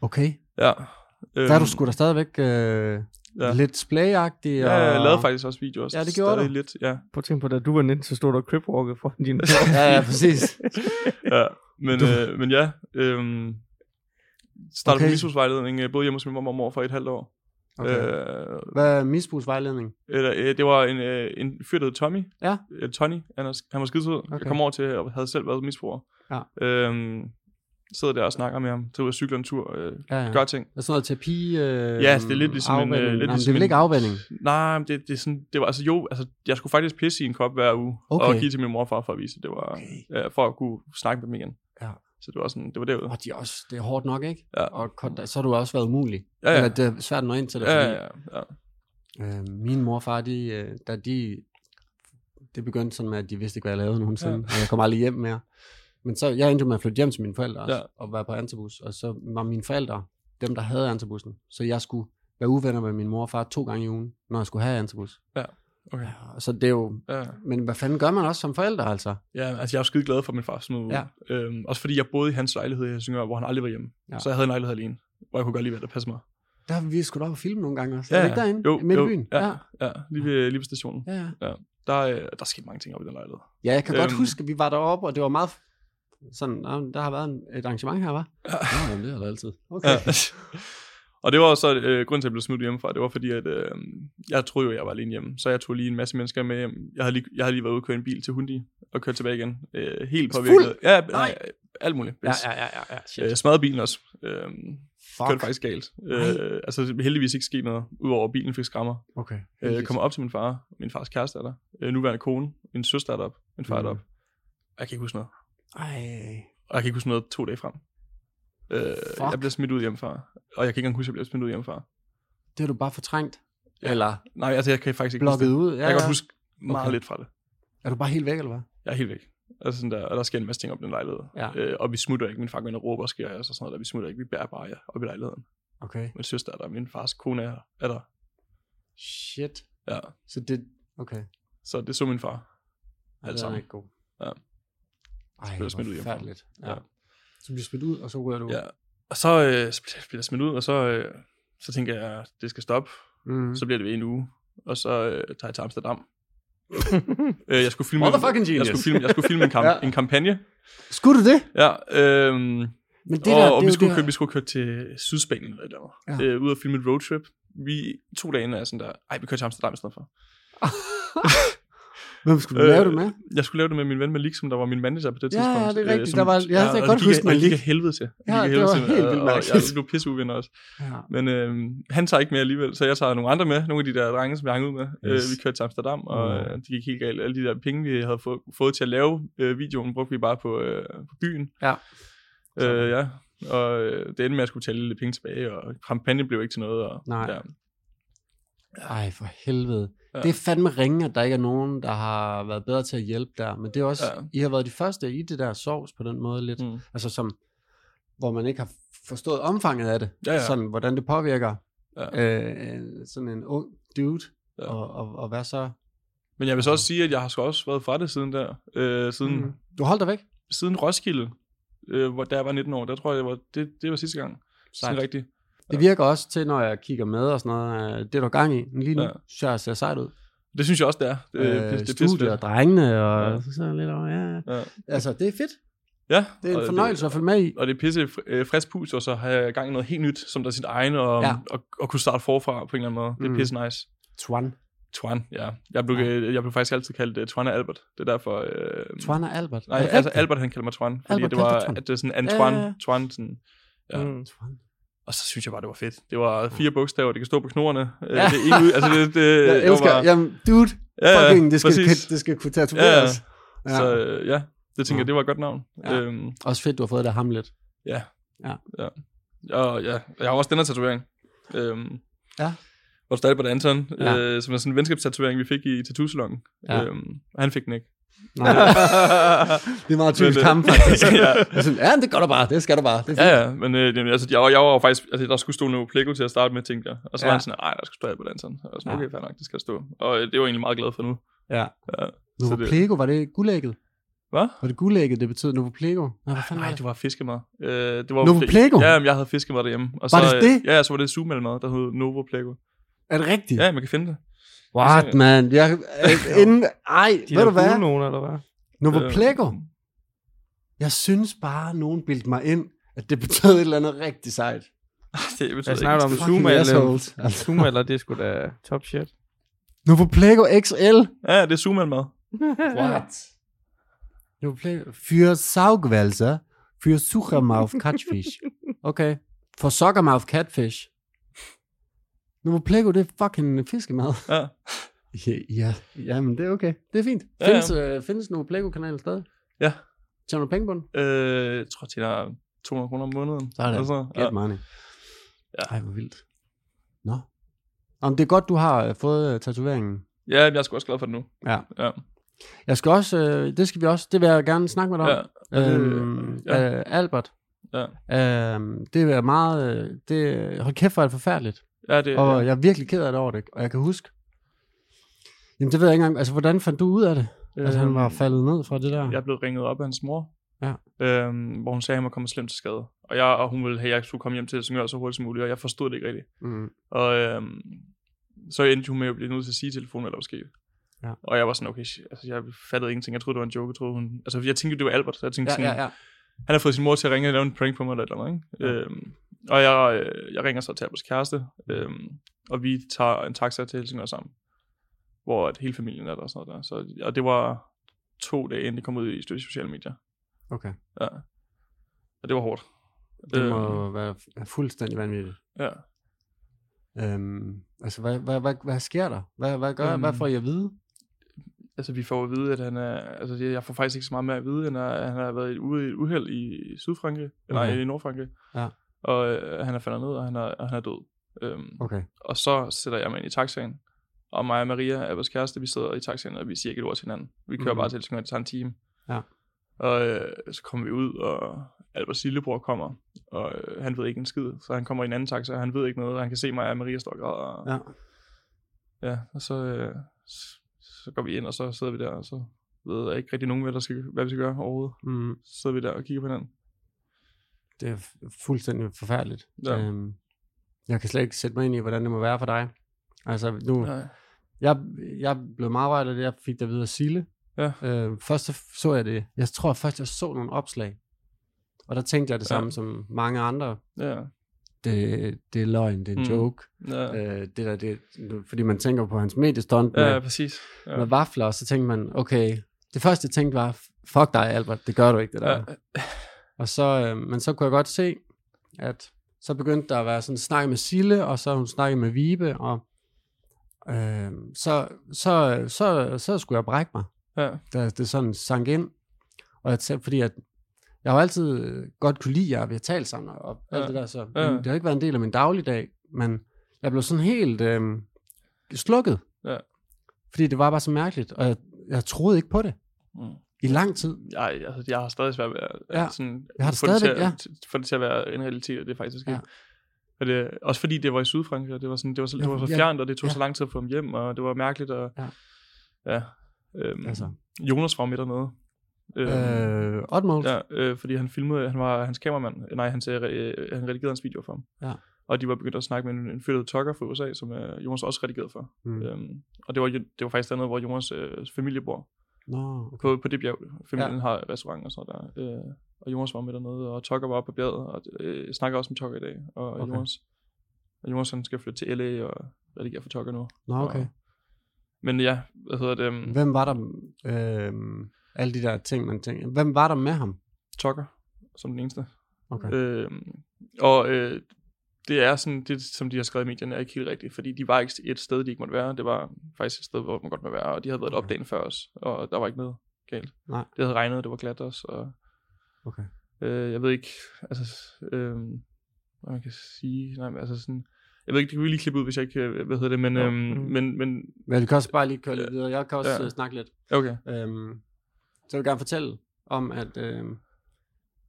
Okay. Ja. Øhm, Der er du sgu da stadigvæk øh, øhm, ja. lidt splayagtig. Ja, jeg lavede faktisk også videoer. Ja, det gjorde stadig du. lidt, ja. Prøv at tænke på, da du var 19, så stod der cripwalket foran din Ja, ja, <laughs> præcis. <laughs> ja, men, Du- øh, men ja, øh, startede okay. Okay. på misbrugsvejledning, øh, boede hjemme hos min mor og mor for et halvt år. Okay. Øh. Øh, Hvad er misbrugsvejledning? eller, øh, det var en, øh, en fyr, der hed Tommy. Ja. Øh, Tony, han, er, han var skidesød. Okay. Okay. Jeg kom over til, og havde selv været misbruger. Ja. Øh, sidder der og snakker med ham, tager ud og cykler en tur, øh, Ja, ja. ja. gør ting. Er sådan noget terapi? Øh, Ja, det er lidt ligesom en, øh, afvænning? lidt Nej, men ligesom det er vel en- ikke afvænning? Nej, men det, det, er sådan, det var altså jo, altså, jeg skulle faktisk pisse i en kop hver uge, Okay. og give til min morfar for at vise, at det var, Okay. øh, for at kunne snakke med dem igen. Ja. Så det var sådan, det var derude. Og de er også, det er hårdt nok, ikke? Ja. Og kon- så har du også været umulig. Ja, ja. Eller det er svært at nå ind til det, Ja, fordi ja, ja. Øh, min mor og far, de, øh, da de, det begyndte sådan med, at de vidste ikke, hvad jeg lavede nogensinde, Ja. ja. og jeg kom aldrig hjem mere. Men så, jeg endte jo med at flytte hjem til mine forældre også, Ja. ja. og være på Antabus, og så var mine forældre dem, der havde Antabussen, så jeg skulle være uvenner med min mor og far to gange i ugen, når jeg skulle have Antabus. Okay. Så det er jo, Ja. men hvad fanden gør man også som forældre, altså? Ja, altså jeg er jo skide glad for, at min far smed ud. Ja. Øhm, også fordi jeg boede i hans lejlighed i Helsingør, hvor han aldrig var hjemme. Ja. Ja. Så jeg havde en lejlighed alene, hvor jeg kunne godt lide, hvad der passede mig. Der har vi sgu da op og filme nogle gange også. Ja, er det ikke derinde? jo, midt jo, i byen? ja. ja. Ja, lige ved, lige ved stationen. Ja. ja, ja. Der, øh, der skete mange ting op i den lejlighed. ja jeg kan øhm. godt Øhm. huske, at vi var deroppe, og det var meget sådan, "Nå, men der har været en, et arrangement her, var? Ja. Nå, jamen, det har der altid. Okay. Ja. <laughs> Og det var også så øh, grunden til, at jeg blev smidt hjemmefra. Det var fordi, at øh, jeg troede jo, at jeg var alene hjemme. Så jeg tog lige en masse mennesker med hjem. Jeg havde lige, jeg havde lige været ude og køre en bil til Hundi og kørte tilbage igen. Øh, helt Fuld? påvirket. Ja, nej. Nej. alt muligt. Ja, ja, ja, ja, ja. Shit. Øh, smadrede bilen også. Øh, Fuck. kørte faktisk galt. Øh, altså heldigvis ikke skete noget, udover at bilen fik skrammer. Okay. Øh, kommer op til min far. Min fars kæreste er der. Øh, nuværende kone. Min søster er deroppe. Min far er Mm. deroppe. Og Jeg kan ikke huske noget. Ej. Og jeg kan ikke huske noget to dage frem. Øh, Fuck. jeg bliver smidt ud hjemmefra. Og jeg kan ikke engang huske, at jeg bliver smidt ud hjemmefra. Det har du bare fortrængt. Ja. Eller Nej, altså jeg kan faktisk ikke blokket huske ud. det. Ja, Jeg kan ja. godt huske meget Okay. lidt fra det. Er du bare helt væk, eller hvad? Jeg er helt væk. Altså sådan der, og der sker en masse ting op i den lejlighed. Ja. Øh, og vi smutter ikke. Min far går ind og råber og sker os og sådan noget. Der. Vi smutter ikke. Vi bærer bare ja, op i lejligheden. Okay. Min søster er der. Min fars kone er, er der. Shit. Ja. Så det... Okay. Så det så min far. Ej, Alt det er sammen. ikke god. Ja. Ej, blev jeg hvor smidt ud hjemmefra. forfærdeligt. Ja. Ja. Så bliver du smidt ud, og så ryger du. Ja. Og så, øh, så bliver- bliver jeg smidt ud, og så, øh, så tænker jeg, at det skal stoppe. Mm. Så bliver det ved en uge, og så øh, tager jeg til Amsterdam. <laughs> øh, jeg skulle filme, Motherfucking jeg genius. skulle filme, jeg skulle filme en, kamp, <laughs> Ja. ja. en kampagne. Skulle du det? Ja, øhm, Men det der, og, og er vi, jo skulle det køre, vi skulle køre til Sydspanien eller et eller andet. Ja. Øh, ud og filme et roadtrip. Vi to dage inden er jeg sådan der, ej, vi kører til Amsterdam i stedet for. Hvem skulle du lave Øh, det med? Jeg skulle lave det med min ven Malik, som der var min manager på det Ja, tidspunkt. ja, det er øh, rigtigt. som- Der var- jeg ja, kan og godt det gik- huske og det gik Malik. af helvede til. Det Ja, gik af det helvede var til, helt og- vildt Og mærkeligt. jeg blev pisseuvenner også. Ja. Men øh, han tager ikke med alligevel, så jeg tager nogle andre med, nogle af de der drenge, som jeg hang ud med. Yes. Yes. Øh, vi kørte til Amsterdam, og Mm. øh, det gik helt galt. Alle de der penge, vi havde fået, fået til at lave øh, videoen, brugte vi bare på, øh, på byen. Ja. Øh, ja. Og øh, det endte med, at jeg skulle tage lidt penge tilbage, og kampagnen blev ikke til noget. Og, Nej. Ja. Ej, for helvede. Ja. Det er fandme ringe, at der ikke er nogen, der har været bedre til at hjælpe der. Men det er også, I Ja. har været de første i det der sovs på den måde lidt. Mm. altså som, hvor man ikke har forstået omfanget af det, Ja, ja. sådan hvordan det påvirker Ja. øh, sådan en ung dude, Ja. og, og, og være så Men jeg vil så også sige, at jeg har sgu også været fra det siden der. Øh, siden, Mm. mm. Du holdt dig væk? siden Roskilde, øh, hvor, da jeg var 19 år, der tror jeg, det var, det, det var sidste gang. Sådan Sejt. rigtigt. Det virker også til, når jeg kigger med og sådan noget, øh, det du har gang i. Men Lige nu Ja. ja. ser jeg ser sejt ud. Det synes jeg også, det er. Det, Øh, øh, det, det er studier og pissefedt. drengene og Ja. ja. sådan lidt over, ja. Ja. Altså, det er fedt. Ja, Det er og en fornøjelse at følge med i. og det er pisse øh, frisk pus, og så har jeg gang i noget helt nyt, som der er sit egen, og, Ja. ja. og, og kunne starte forfra på en eller anden måde. Det er Mm. pisse nice. Twan. Twan, ja. Jeg blev, Ja. ja. jeg blev faktisk altid kaldt uh, Twan og Albert. Det er derfor... Øh, Twan og Albert. Nej, Er det altså rigtigt? Albert han kalder mig Twan, fordi Albert Albert det kaldte var dig Twan. at det var sådan Antoine, Ja, ja, ja. Twan, sådan, ja. Mm. Twan. Øh, og så synes jeg bare, det var fedt. Det var fire bogstaver, det kan stå på knorene. Ja. Det er ingen ud, altså det, <laughs> det, Jeg det var elsker, bare- jamen, dude, ja, ja, fucking, det skal, præcis. det skal kunne tatoveres. Ja, ja. Så øh, ja, det tænker jeg, Mm. det var et godt navn. Ja. Ja. Øhm, Også fedt, du har fået det af ham lidt. ja. Ja. ja. Og ja, jeg har også den her tatovering. Øhm, Ja. Vores der Albert Anton, Ja. ja. øh, som er sådan en venskabstatovering, vi fik i tattoo-salongen. Ja. Ja. Øhm, han fik den ikke. Nej, det er meget typisk Men, øh, ham, faktisk. <laughs> ja. Jeg synes, ja, men det gør du bare, det skal du bare. Det er fint. <laughs> Ja, ja, men øh, jamen, altså, jeg, var- jeg var jo faktisk, altså, der skulle stå noget Plego til at starte med, tænkte jeg. Og så ja. Ja. var han sådan, nej, der skulle stå Albert Anton. Og jeg var sådan, Ja. okay, fair nok, det skal der stå. Og øh, det var jeg egentlig meget glad for nu. Ja. ja. Nu Så var det- Plego, var det guldægget? Hvad? Var det guldægget, det betød Novo Plego? Nej, hvad fanden Nej, var det det? var fiskemad. Øh, det var Novo Plego? Ja, men jeg havde fiskemad derhjemme. Og Var så, det øh, det? Ja, så var det sugemalmad, der hed Novo Plego. Er det rigtigt? Ja, man kan finde det. What, man? Jeg, <laughs> øh, inden, ej, De ved du hvad? Nogen, eller hvad? Novo Øh, Plego? Jeg synes bare, nogen bildte mig ind, at det betød et eller andet rigtig sejt. Det betyder Jeg snakker om ikke. Fucking Zuma eller, assholes, altså. Zuma eller det er sgu da top shit. Novo Plego XL. Ja, det er sugemalmad. What? Novo Plego. Für Saugwälzer. Für Suchermouth <laughs> Catfish. Okay. For Soccermouth Catfish. Novo Plego, det er fucking fiskemad. Ja. Ja, ja. Jamen, det er okay. Det er fint. Ja, Findes, ja. Øh, findes Novo Plego-kanalen stadig? Ja. Tjener du penge på den? Øh, jeg tror, det er 200 kroner om måneden. Sådan. Altså, Get ja. money. Ja. Ej, hvor vildt. Nå. Jamen, det er godt, du har øh, fået øh, tatoveringen. ja, jeg er sgu også glad for det nu. Ja. Ja. Jeg skal også, øh, det skal vi også, det vil jeg gerne snakke med dig om. ja. Øhm, ja. øh, Albert. Ja. Øhm, det er meget, øh, det, hold kæft, hvor er det forfærdeligt. Ja, det, Og ja. jeg er virkelig ked af det over det, og jeg kan huske. Jamen, det ved jeg ikke engang. Altså, hvordan fandt du ud af det? At altså, han Øhm, var faldet ned fra det der? øh, Jeg blev ringet op af hans mor, Ja. øhm, hvor hun sagde, at han var kommet slemt til skade. Og, jeg, og hun ville have, at jeg skulle komme hjem til Helsingør så hurtigt som muligt, og jeg forstod det ikke rigtigt. Mm. Og øhm, så endte hun med at blive nødt til at sige i telefonen, hvad der var sket. Ja. Og jeg var sådan, okay, shit, altså, jeg fattede ingenting. Jeg troede, det var en joke. Jeg, troede, hun... altså, jeg tænkte, det var Albert. Så jeg tænkte, Ja, sådan, ja, ja. han har fået sin mor til at ringe og lave en prank på mig eller et eller andet, ikke? Ja. Ja. Øhm, og jeg, øh, jeg ringer så til Alberts kæreste, øhm, og vi tager en taxa til Helsingør sammen, hvor at hele familien er der og sådan noget der. Så, og det var to dage inden det kom ud i de sociale medier. Okay. Ja. Og det var hårdt. Øhm, Det må være fuldstændig vanvittigt. ja. Øhm, altså, hvad, hvad, hvad, hvad sker der? Hvad, hvad gør øhm. Øhm. Hvad får I at vide? Altså, vi får at vide, at han er... Altså, jeg jeg får faktisk ikke så meget mere at vide, end at han har været ude i et uheld i Sydfrankrig. Okay. Nej, Okay. i Nordfrankrig. Ja. Og øh, han er faldet ned, og han er, og han er død. Øhm, Okay. Og så sætter jeg mig ind i taxaen. Og mig og Maria, er vores kæreste, vi sidder i taxaen, og vi siger ikke et ord til hinanden. Vi kører Mhm. mm. bare til Helsingør, det tager en time. Ja. Og øh, så kommer vi ud, og Alberts lillebror kommer, og øh, han ved ikke en skid. Så han kommer i en anden taxa, og han ved ikke noget, og han kan se mig og Maria står og græder. Og, Ja. ja, og så, øh, s- så går vi ind, og så sidder vi der, og så ved jeg ikke rigtig nogen, hvad, der skal, hvad vi skal gøre overhovedet. Mm, Så sidder vi der og kigger på hinanden. det er f- fuldstændig forfærdeligt. Ja. Øhm, jeg kan slet ikke sætte mig ind i, hvordan det må være for dig. Altså, nu, Nej. jeg, jeg blev meget vejlet af det, jeg fik det at vide af Sille. Ja. Øh, først så, f- så jeg det, jeg tror først, jeg så nogle opslag. Og der tænkte jeg det Ja. samme som mange andre. Ja, Det, det er løgn, det er en Mm. joke. ja, Øh, det der, det, fordi man tænker på hans mediestunt ja, med, ja præcis. Ja. med vafler, og så tænkte man, okay, det første jeg tænkte var, fuck dig Albert, det gør du ikke det der. Ja, Og så, øh, men så kunne jeg godt se, at så begyndte der at være sådan snak med Sille, og så hun snakkede med Vibe, og øh, så, så, så, så skulle jeg brække mig, ja, da det sådan sank ind. Og jeg tænkte, fordi at jeg har jo altid øh, godt kunne lide jer, vi har talt sammen og- og alt Ja. det der, så men Ja. det har ikke været en del af min dagligdag, men jeg blev sådan helt øh, slukket, Ja. fordi det var bare så mærkeligt, og jeg, jeg troede ikke på det Mm. i lang tid. jeg, altså, jeg har stadig svært ved at, Ja, ja. sådan, jeg har det få, det til, stadigvæk, at- t- få det til at være en realitet, at det faktisk er sket. Ja. Ja. Og det, også fordi det var i Sydfrankrig, og det var, sådan, det var, så, Ja, det var så ja, fjernt, og det tog ja. så lang tid at få ham hjem, og det var mærkeligt. Og, Ja. Ja. Øhm, Altså, altså. Jonas var jo med dernede. Øhm, øh, Otmold. Ja, øh, fordi han filmede, han var hans kameramand, nej, han, sagde, øh, han redigerede hans video for ham. Ja. Og de var begyndt at snakke med en, en flyttet tokker fra USA, som øh, Jonas også redigerede for. Mm. Mm. Øhm, og det var, det var faktisk dernede, hvor Jonas øh, familie bor. Nå, okay. På, på det bjerg, familien Ja. ja. har restaurant og sådan noget der. Øh, og Jonas var med dernede, og Tokker var oppe på bjerget, og øh, jeg snakker også med Tokker i dag. Og Okay. okay. Jonas, og Jonas han skal flytte til LA og redigere for Tokker nu. Nå, mm. okay. Og, men ja, hvad hedder det? Um, Hvem var der, øh, alle de der ting, man tænker, hvem var der med ham? Tokker, som den eneste. Okay. Øh, og øh, det er sådan, det som de har skrevet i medierne, er ikke helt rigtigt, fordi de var ikke et sted, de ikke måtte være. Det var faktisk et sted, hvor man godt må være, og de havde været Okay. okay. dagen før os, og der var ikke noget galt. Nej. Det havde regnet, det var glat også, og Okay. øh, jeg ved ikke, altså, øh, hvad man kan sige, nej, men altså sådan, jeg ved ikke, det kan vi lige klippe ud, hvis jeg ikke, øh, hvad hedder det, men, Jo. øhm, Mm. men, men, Men vi kan også bare lige køre lidt Ja. videre. Jeg kan også Ja. øh, snakke lidt. okay, Øhm, så jeg vil gerne fortælle om, at øhm,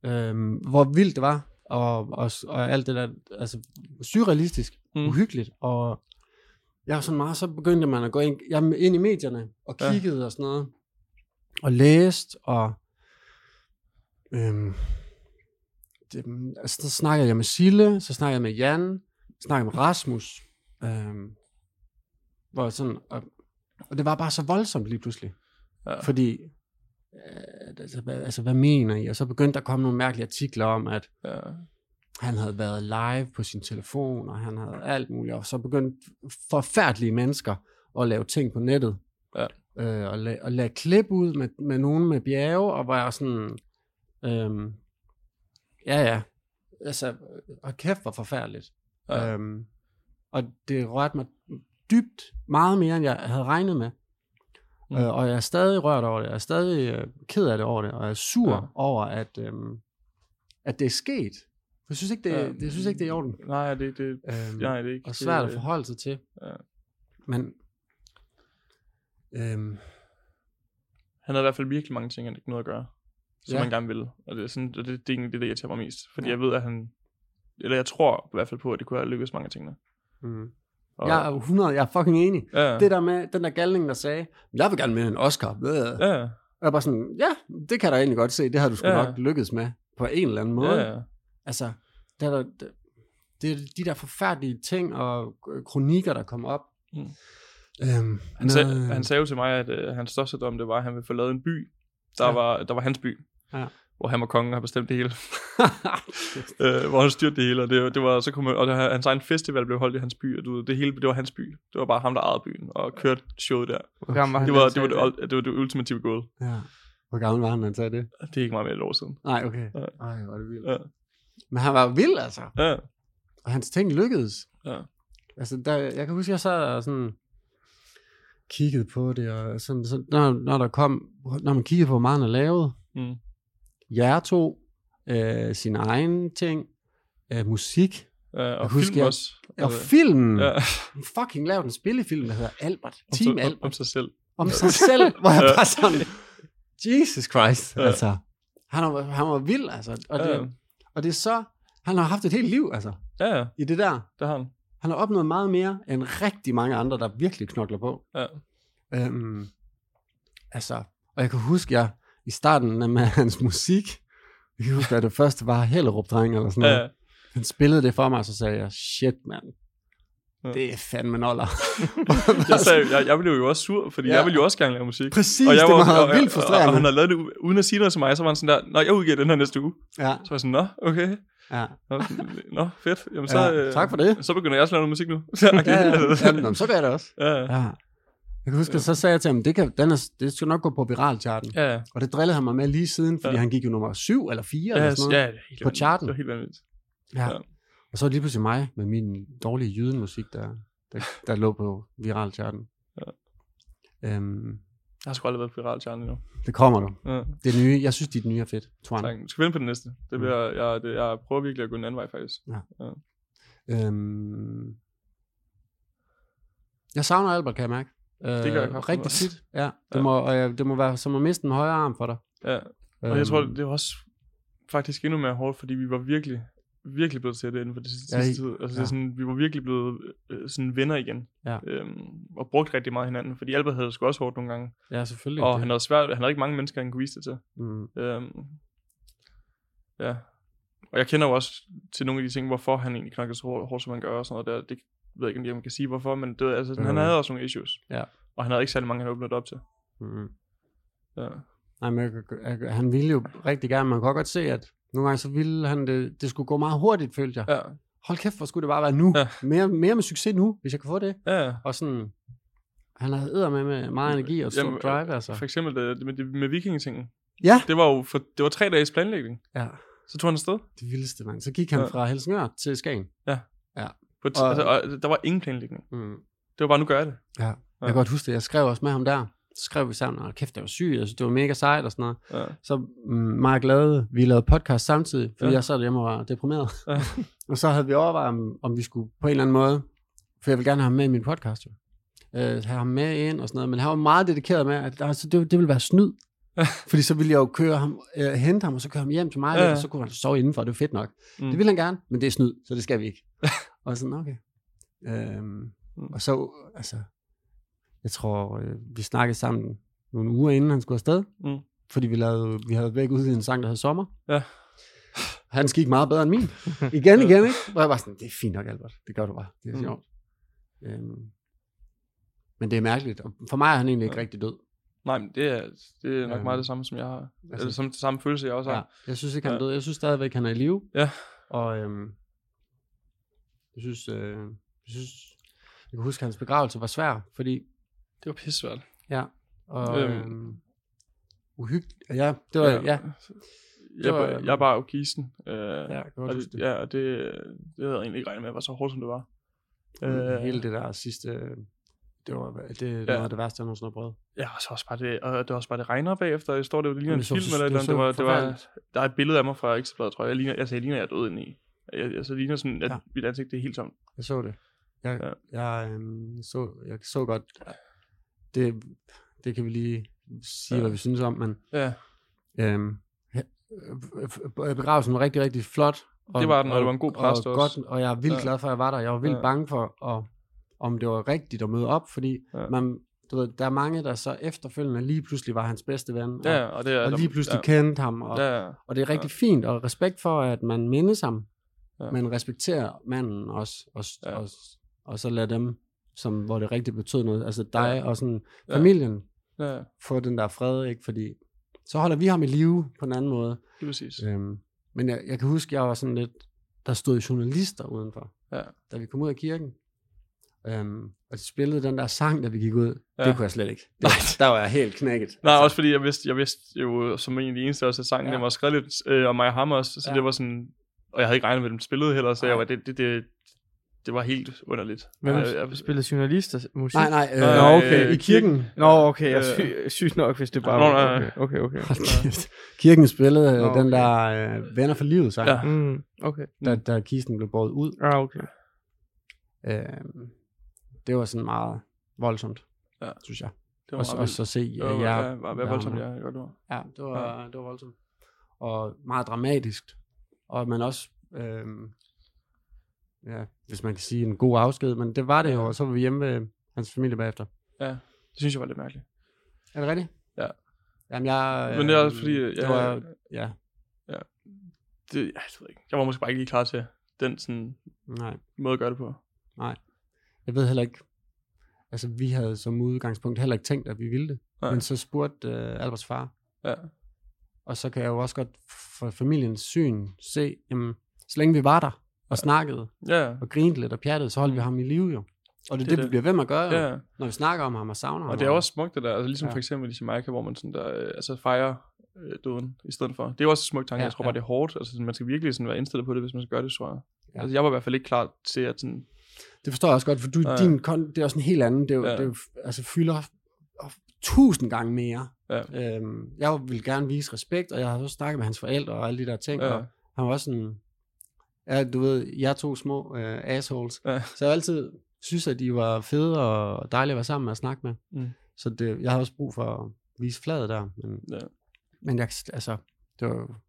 øhm, hvor vildt det var, og, og, og alt det der, altså surrealistisk, mm. Mm. uhyggeligt, og jeg var sådan meget, så begyndte man at gå ind, jamen, ind i medierne, og Ja. kiggede og sådan noget, og læste, og øhm, det, altså, så snakkede jeg med Sille, så snakkede jeg med Jan, så snakkede jeg med Rasmus, øhm, hvor sådan, og, og det var bare så voldsomt lige pludselig. ja, Fordi, øh, altså, hvad, altså, hvad mener I? Og så begyndte der at komme nogle mærkelige artikler om, at ja, han havde været live på sin telefon, og han havde alt muligt. Og så begyndte forfærdelige mennesker at lave ting på nettet. Ja. Øh, og, la- og lagde klip ud med, med nogen med bjerge, og var jeg sådan... Øhm, ja, ja. Altså, øh, og kæft, hvor forfærdeligt. ja, Øhm, og det rørte mig dybt, meget mere, end jeg havde regnet med. Mm. Mm. Øh, og jeg er stadig rørt over det, jeg er stadig øh, ked af det over det, og jeg er sur ja. Ja. over, at, øhm, at det er sket. For Jeg synes ikke, det, Ja. ja. det, jeg synes ikke, det er i orden. nej, det, det, Øhm, nej, det er øh, ikke, og svært at øh, forholde sig til. ja. Men øhm, han havde i hvert fald virkelig mange ting, han ikke nåede at gøre, som Ja. ja. han gerne ville. Og det, er sådan, og det, det er egentlig det, der irriterer mig mest. Fordi Ja. ja. jeg ved, at han... Eller jeg tror i hvert fald på, at det kunne have lykkes mange af tingene. mm. Og, jeg er 100, jeg er fucking enig. ja, ja. Det der med, den der galning, der sagde, jeg vil gerne med en Oscar. Øh. Ja, ja, Og jeg var sådan, ja, det kan jeg da egentlig godt se. Det har du sgu Ja. nok lykkedes med på en eller anden måde. ja, ja. Altså, der, der, der, det er de der forfærdelige ting og øh, kronikker, der kommer op. Mm. Øhm, Han, sag, <laughs> han sagde jo til mig, at øh, hans største drøm, det var, at han ville få lavet en by, der, Ja. ja. var, der var hans by. Ja. Hvor han var kongen og har bestemt det hele. <laughs> øh, hvor han styrte det hele. Og, det, var- det var, så kunne man, og der, hans egen festival blev holdt i hans by. Og du, ved, det hele det var hans by. Det var bare ham, der ejede byen og kørte showet der. Hvor gammel var han, Det da var han det, var sagde det, ul- det, var det ultimative goal. ja. Hvor gammel var han, da han sagde det? Det er ikke meget mere et år siden. Nej, okay. Ja. Ej, var det vildt. Ja. Men han var jo vild, altså. Ja, Og hans ting lykkedes. Ja. Altså, der, jeg kan huske, jeg sad og sådan kiggede på det, og sådan, så, når, når der kom, når man kiggede på, hvor meget han har lavet, mm, jer to, øh, sin egen ting, øh, musik, ja og Jeg jeg husker, film jeg- også. og Altså, filmen. ja, fucking lavet en spillefilm, der hedder Albert. <laughs> om, Team sig, om, om Albert. sig selv. Om sig selv, hvor jeg Ja. bare sådan, <laughs> Jesus Christ, Ja. altså. Han var, han var vild, altså. Og Ja, det, og det er så, han har haft et helt liv, altså, ja, ja, i det der. det har han. Han har opnået meget mere end rigtig mange andre, der virkelig knokler på. Ja. Øhm, altså, og jeg kan huske, jeg i starten af med <laughs> hans musik, jeg kan huske, at det første var Hellerup Dreng eller sådan Ja, noget. ja. Han spillede det for mig, og så sagde jeg, shit mand, Ja. det er fandme <laughs> noller. Jeg, sagde, jeg, jeg blev jo også sur, fordi Ja. ja. jeg ville jo også gerne lave musik. Præcis, jeg det var, og, vildt Og, og, frustrerende. han havde lavet det u- uden at sige noget til mig, så var han sådan der, Nå, jeg udgiver den her næste uge. ja, Så var jeg sådan, nå, okay. ja, Nå, sådan, nå fedt. Jamen, så, ja. øh, tak for det. Så begynder jeg også at lave noget musik nu. <laughs> Så, okay. Ja, ja. Altså, Jamen, nå, men så gør jeg det også. ja, ja. Ja. Jeg kan huske, at så sagde jeg til ham, det, kan, den er, det skal nok gå på viralcharten. Ja, ja. Og det drillede han mig med lige siden, fordi Ja. han gik jo nummer 7 eller 4 ja, eller sådan ja, noget. det er helt På vanvittigt. charten. Det var helt vanvittigt. Ja. ja. Og så var det lige pludselig mig med min dårlige jydenmusik, der, der, der lå på viralcharten. Ja. Øhm, Jeg har sgu aldrig været på viral charten endnu. det kommer du. Ja, Det nye, jeg synes, dit nye er fedt, Twan. tak. Du skal vente på det næste. Det bliver, Mm. jeg, det, jeg prøver virkelig at gå den anden vej, faktisk. Øhm, jeg savner Albert, kan jeg mærke. Øh, det gør jeg kraftigt Rigtig også. tit, ja. Det, Ja. Må, og jeg, det må være som at miste en højre arm for dig. Øhm, Ja. Og jeg tror, det var også faktisk endnu mere hårdt, fordi vi var virkelig, virkelig blevet tætte inden for det sidste, Ja, sidste tid. Altså, ja. det ja. er sådan, vi var virkelig blevet øh, sådan venner igen. Ja. Øhm, og brugt rigtig meget hinanden, fordi Albert havde det sgu også hårdt nogle gange. Ja, selvfølgelig. Og det. han havde, svært, han havde ikke mange mennesker, han kunne vise det til. mm. Øhm, ja. Og jeg kender jo også til nogle af de ting, hvorfor han egentlig knokler så hårdt, hårdt, som han gør og sådan noget der. Det ved jeg ikke, om jeg kan sige hvorfor, men det, altså, sådan, han Mhm. havde også nogle issues. Ja. Og han havde ikke særlig mange, han åbnede op til. Mm. Ja. Nej, men jeg, kan- jeg, kan- han ville jo rigtig gerne, man kan godt se, at nogle gange så ville han det, det skulle gå meget hurtigt, følte jeg. Ja. Hold kæft, hvor skulle det bare være nu. Ja. Mere, mere med succes nu, hvis jeg kan få det. ja. Og sådan, han havde æder med, med meget energi og stor Jamen, drive, altså. For eksempel det, med, det, med vikingetingen. Ja. Det var jo for, det var tre dages planlægning. Ja, Så tog han afsted. det vildeste, mand. Så gik han Ja. fra Helsingør til Skagen. På t- Og- og, altså, og, der var ingen planlægning. Mm. Det var bare, nu gør jeg det. Ja. Jeg Ja. kan godt huske det. Jeg skrev også med ham der. Så skrev vi sammen, og kæft, det var sygt, altså, det var mega sejt og sådan noget. Ja. Så mm, Mark lavede, vi lavede podcast samtidig, fordi ja. Ja. jeg sad hjemme og var deprimeret. Ja. <laughs> og så havde vi overvejet, om, om vi skulle på en eller anden måde, for jeg vil gerne have ham med i min podcast, jo. Øh, have ham med ind og sådan noget, men han var meget dedikeret med, at altså, det, det ville være snyd. fordi så ville jeg jo køre ham, øh, hente ham, og så køre ham hjem til mig, Ja, ja. ja. og så kunne han sove indenfor, det var fedt nok. Mm. Mm. Det ville han gerne, men det er snyd, så det skal vi ikke. <laughs> og sådan, okay. Øhm, Mm. og så, altså, jeg tror, øh, vi snakkede sammen nogle uger inden han skulle afsted, Mm. fordi vi, lavede, vi havde begge udgivet en sang, der hed Sommer. Ja. Hans gik meget bedre end min. Igen, igen, <laughs> ikke? Hvor jeg var sådan, det er fint nok, Albert. Det gør du bare. Det er Mm. sjovt. Øhm, men det er mærkeligt. Og for mig er han egentlig ikke Ja. rigtig død. Nej, men det er, det er nok Ja. meget det samme, som jeg har. Altså, Øhm, Altså- eller som, det samme følelse, jeg også Ja. har. Jeg synes ikke, han er Ja. død. Jeg synes stadigvæk, han er i live. Ja. Og øhm, jeg, synes, øh, jeg synes, jeg kan huske, at hans begravelse var svær, fordi Det var pissesvært. Og, Øhm. øhm, uhyggeligt. Ja, det var, ja. ja. Jeg, var- var, jeg bar jo kisten. Øh, ja, jeg kan godt og huske det, det. ja, og det, det havde jeg egentlig ikke regnet med, var så hårdt, som det var. Øh, Hele det der sidste, øh, det var det, det ja. Ja. noget af det værste, jeg nogensinde har prøvet. Ja, og så også bare det, og det var også bare det regner bagefter. Jeg står der, det ligner Jamen, en det så- film eller et det eller var andet. Det var, så det var, forfærdeligt. der er et billede af mig fra Ekstrabladet, tror jeg. Jeg ligner, altså, jeg ligner, jeg er død indeni. Jeg, altså, jeg ligner sådan, at Ja. ja. mit ansigt det er helt tomt. Jeg så det. Jeg, ja. Ja. jeg, øhm, så, jeg så godt, det, det kan vi lige sige, ja. Ja. hvad vi synes om, men Ja, øhm, ja, øh, øh, begravelsen var rigtig, rigtig flot. Og, Det var den, og det var en god præst og også. Godt, og jeg er vildt Ja. glad for, at jeg var der. Jeg var vildt ja. Ja. bange for, og, om det var rigtigt at møde op, fordi ja. Ja. man, du ved, der er mange, der så efterfølgende lige pludselig var hans bedste ven. og- ja, og det er... og der- lige pludselig ja. kendte ham. Og, ja. Ja, ja, og det er rigtig ja. fint, og respekt for, at man mindes ham, ja. Ja. men respekterer manden også, og, ja. Ja. og, og så lader dem, som, hvor det rigtig betød noget, altså dig ja. Ja. og sådan, Ja. familien, ja, ja, få den der fred, ikke? fordi så holder vi ham i live på en anden måde. det er præcis. Øhm, men jeg, jeg kan huske, jeg var sådan lidt, der stod journalister udenfor, Ja. da vi kom ud af kirken, øhm, og de spillede den der sang, da vi gik ud. Ja. Ja. Det kunne jeg slet ikke. Det, Nej. Der var jeg helt knækket. Altså, Nej, også fordi jeg vidste, jeg vidste jo som en af de eneste også, at sangen Ja. ja. den var skrevet lidt, øh, og Maja Ham også, så Ja. ja. det var sådan, og jeg havde ikke regnet med, at dem spillede heller, så jeg Nej. var, det, det, det, det var helt underligt. Hvem jeg, jeg, spiller journalister musik? Nej, nej. Øh, Nå, okay. I kirken, Nå, okay, jeg Øh. sy sygt nok, hvis det bare Nå, var... nej, Okay, okay. okay. Hold kæft. Kirken spillede Nå, Nå, den okay. der øh, Venner for livet sang, ja. Ja. Mm, okay. da, da kisten blev båret ud. Ah, okay. Øh, det var sådan meget voldsomt, ja. Ja. synes jeg. det var Også, meget også at se vildt. Det var- øh, ja, jer. ja, var, hvad jer- voldsomt, ja, jeg godt var. Ja, det var, det var voldsomt. Og meget dramatisk. Og man også, øh, ja, hvis man kan sige en god afsked, men det var det jo, og så var vi hjemme ved hans familie bagefter. Det synes jeg var lidt mærkeligt. Er det rigtigt? Ja. Jamen, jeg... øhm, Men det er også fordi, øh, det jeg- var, ja, Det, jeg, ved ikke. jeg var måske bare ikke lige klar til den sådan, nej. måde at gøre det på. Jeg ved heller ikke, altså vi havde som udgangspunkt heller ikke tænkt, at vi ville det. Nej. Nej. Men så spurgte øh, Alberts far, Ja, og så kan jeg jo også godt fra familiens syn se, jamen, så længe vi var der og snakkede ja, ja. og grinede lidt og pjattede, så holdt vi ham i live jo. Og det er det, Mm. Det er det, vi det. bliver ved med at gøre, jo, ja. når vi snakker om ham og savner ham. Og det er også smukt det der, altså ligesom Ja. ja. for eksempel i Jamaica, hvor man sådan der, øh, altså fejrer øh, døden i stedet for. Det er jo også en smuk tanke, Ja, ja, jeg tror ja. bare, det er hårdt. Altså sådan, man skal virkelig sådan være indstillet på det, hvis man skal gøre det, tror jeg. Ja. Ja. Altså jeg var i hvert fald ikke klar til at sådan, Det forstår jeg også godt, for du, Ja. din kon, det er også en helt anden, det, er jo, Ja. det er jo, altså, fylder f- tusind gange mere. ja, Øhm, jeg vil gerne vise respekt, og jeg har også snakket med hans forældre og alle de der ting, ja. og ja, Han var også sådan, ja, du ved, jeg to små øh, assholes. Ja. Ja. Så jeg altid synes, at de var fede og dejlige at være sammen med og snakke med. Mm. Så det, jeg har også brug for at vise fladet der. Men, Ja. men jeg, altså, det var,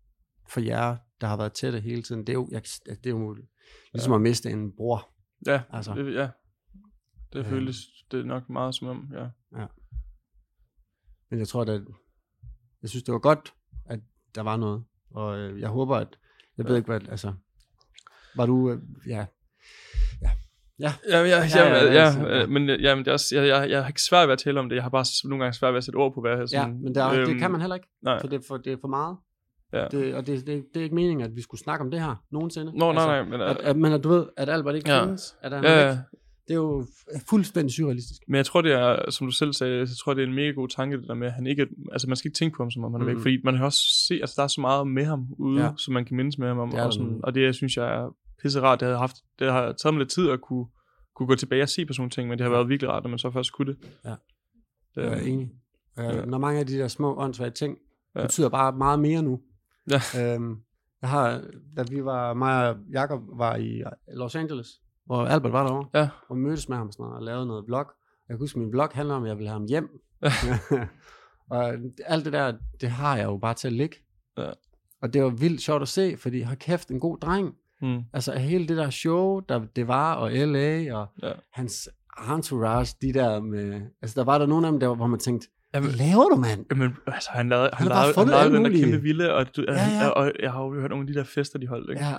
for jer, der har været tætte hele tiden, det er jo, jeg, det er umuligt. Ligesom at miste en bror. Ja, Altså. altså. det, ja. Det Øh. føles det er nok meget som om, ja. Men jeg tror, at jeg synes, det var godt, at der var noget. Og øh, jeg håber, at, jeg ved ikke hvad, altså, var du, øh, ja, Ja, ja, ja, ja, ja, ja, ja, altså, ja. øh, men øh, ja, men det er også, jeg, jeg, jeg har ikke svært ved at tale om det. Jeg har bare s- nogle gange svært ved at sætte ord på, hvad jeg ja, sådan, men der, øhm, det kan man heller ikke, Nej. for det er for, det er for meget. Ja. Det, og det, det, det er ikke meningen, at vi skulle snakke om det her nogensinde. Nå, nej, nej, men, Altså, At, øh, at, men at du ved, at Albert ikke ja. Ja. findes, at han ja, ja. ja. ikke, det er jo fuldstændig surrealistisk. Men jeg tror, det er, som du selv sagde, så tror jeg, det er en mega god tanke, det der med, at han ikke, altså man skal ikke tænke på ham, som om han er væk, Mm. fordi man kan også se, at altså, der er så meget med ham ude, Ja. ja. som man kan mindes med ham om, Det er der og, sådan, nemlig. og det, jeg synes, jeg er pisse rart, det, havde haft, det har taget mig lidt tid at kunne, kunne gå tilbage og se på sådan nogle ting, men det har været virkelig rart, når man så først kunne det. Ja. Øhm, Jeg er enig. Øh, ja. Når mange af de der små åndssvage ting ja. Ja. betyder bare meget mere nu. Ja. Øhm, jeg har, da vi var, mig og Jacob var i Los Angeles, hvor Albert var derovre, Ja. og mødtes med ham og sådan noget, og lavede noget vlog. Og Jeg kan huske, min vlog handler om, at jeg ville have ham hjem. <laughs> og alt det der, det har jeg jo bare til at ligge. Ja. Og det var vildt sjovt at se, fordi har kæft en god dreng. Mm, Altså hele det der show, der det var, og LA, og ja. Ja. hans entourage, de der med... Altså der var der nogle af dem, der, hvor man tænkte, Jamen- hvad laver du, mand? Jamen, altså, han lavede, han har bare lavede, han fundet lavede alle den der mulige. kæmpe vilde, og, du, ja, ja. ja. og, jeg har jo hørt nogle af de der fester, de holdt. Ikke? Ja,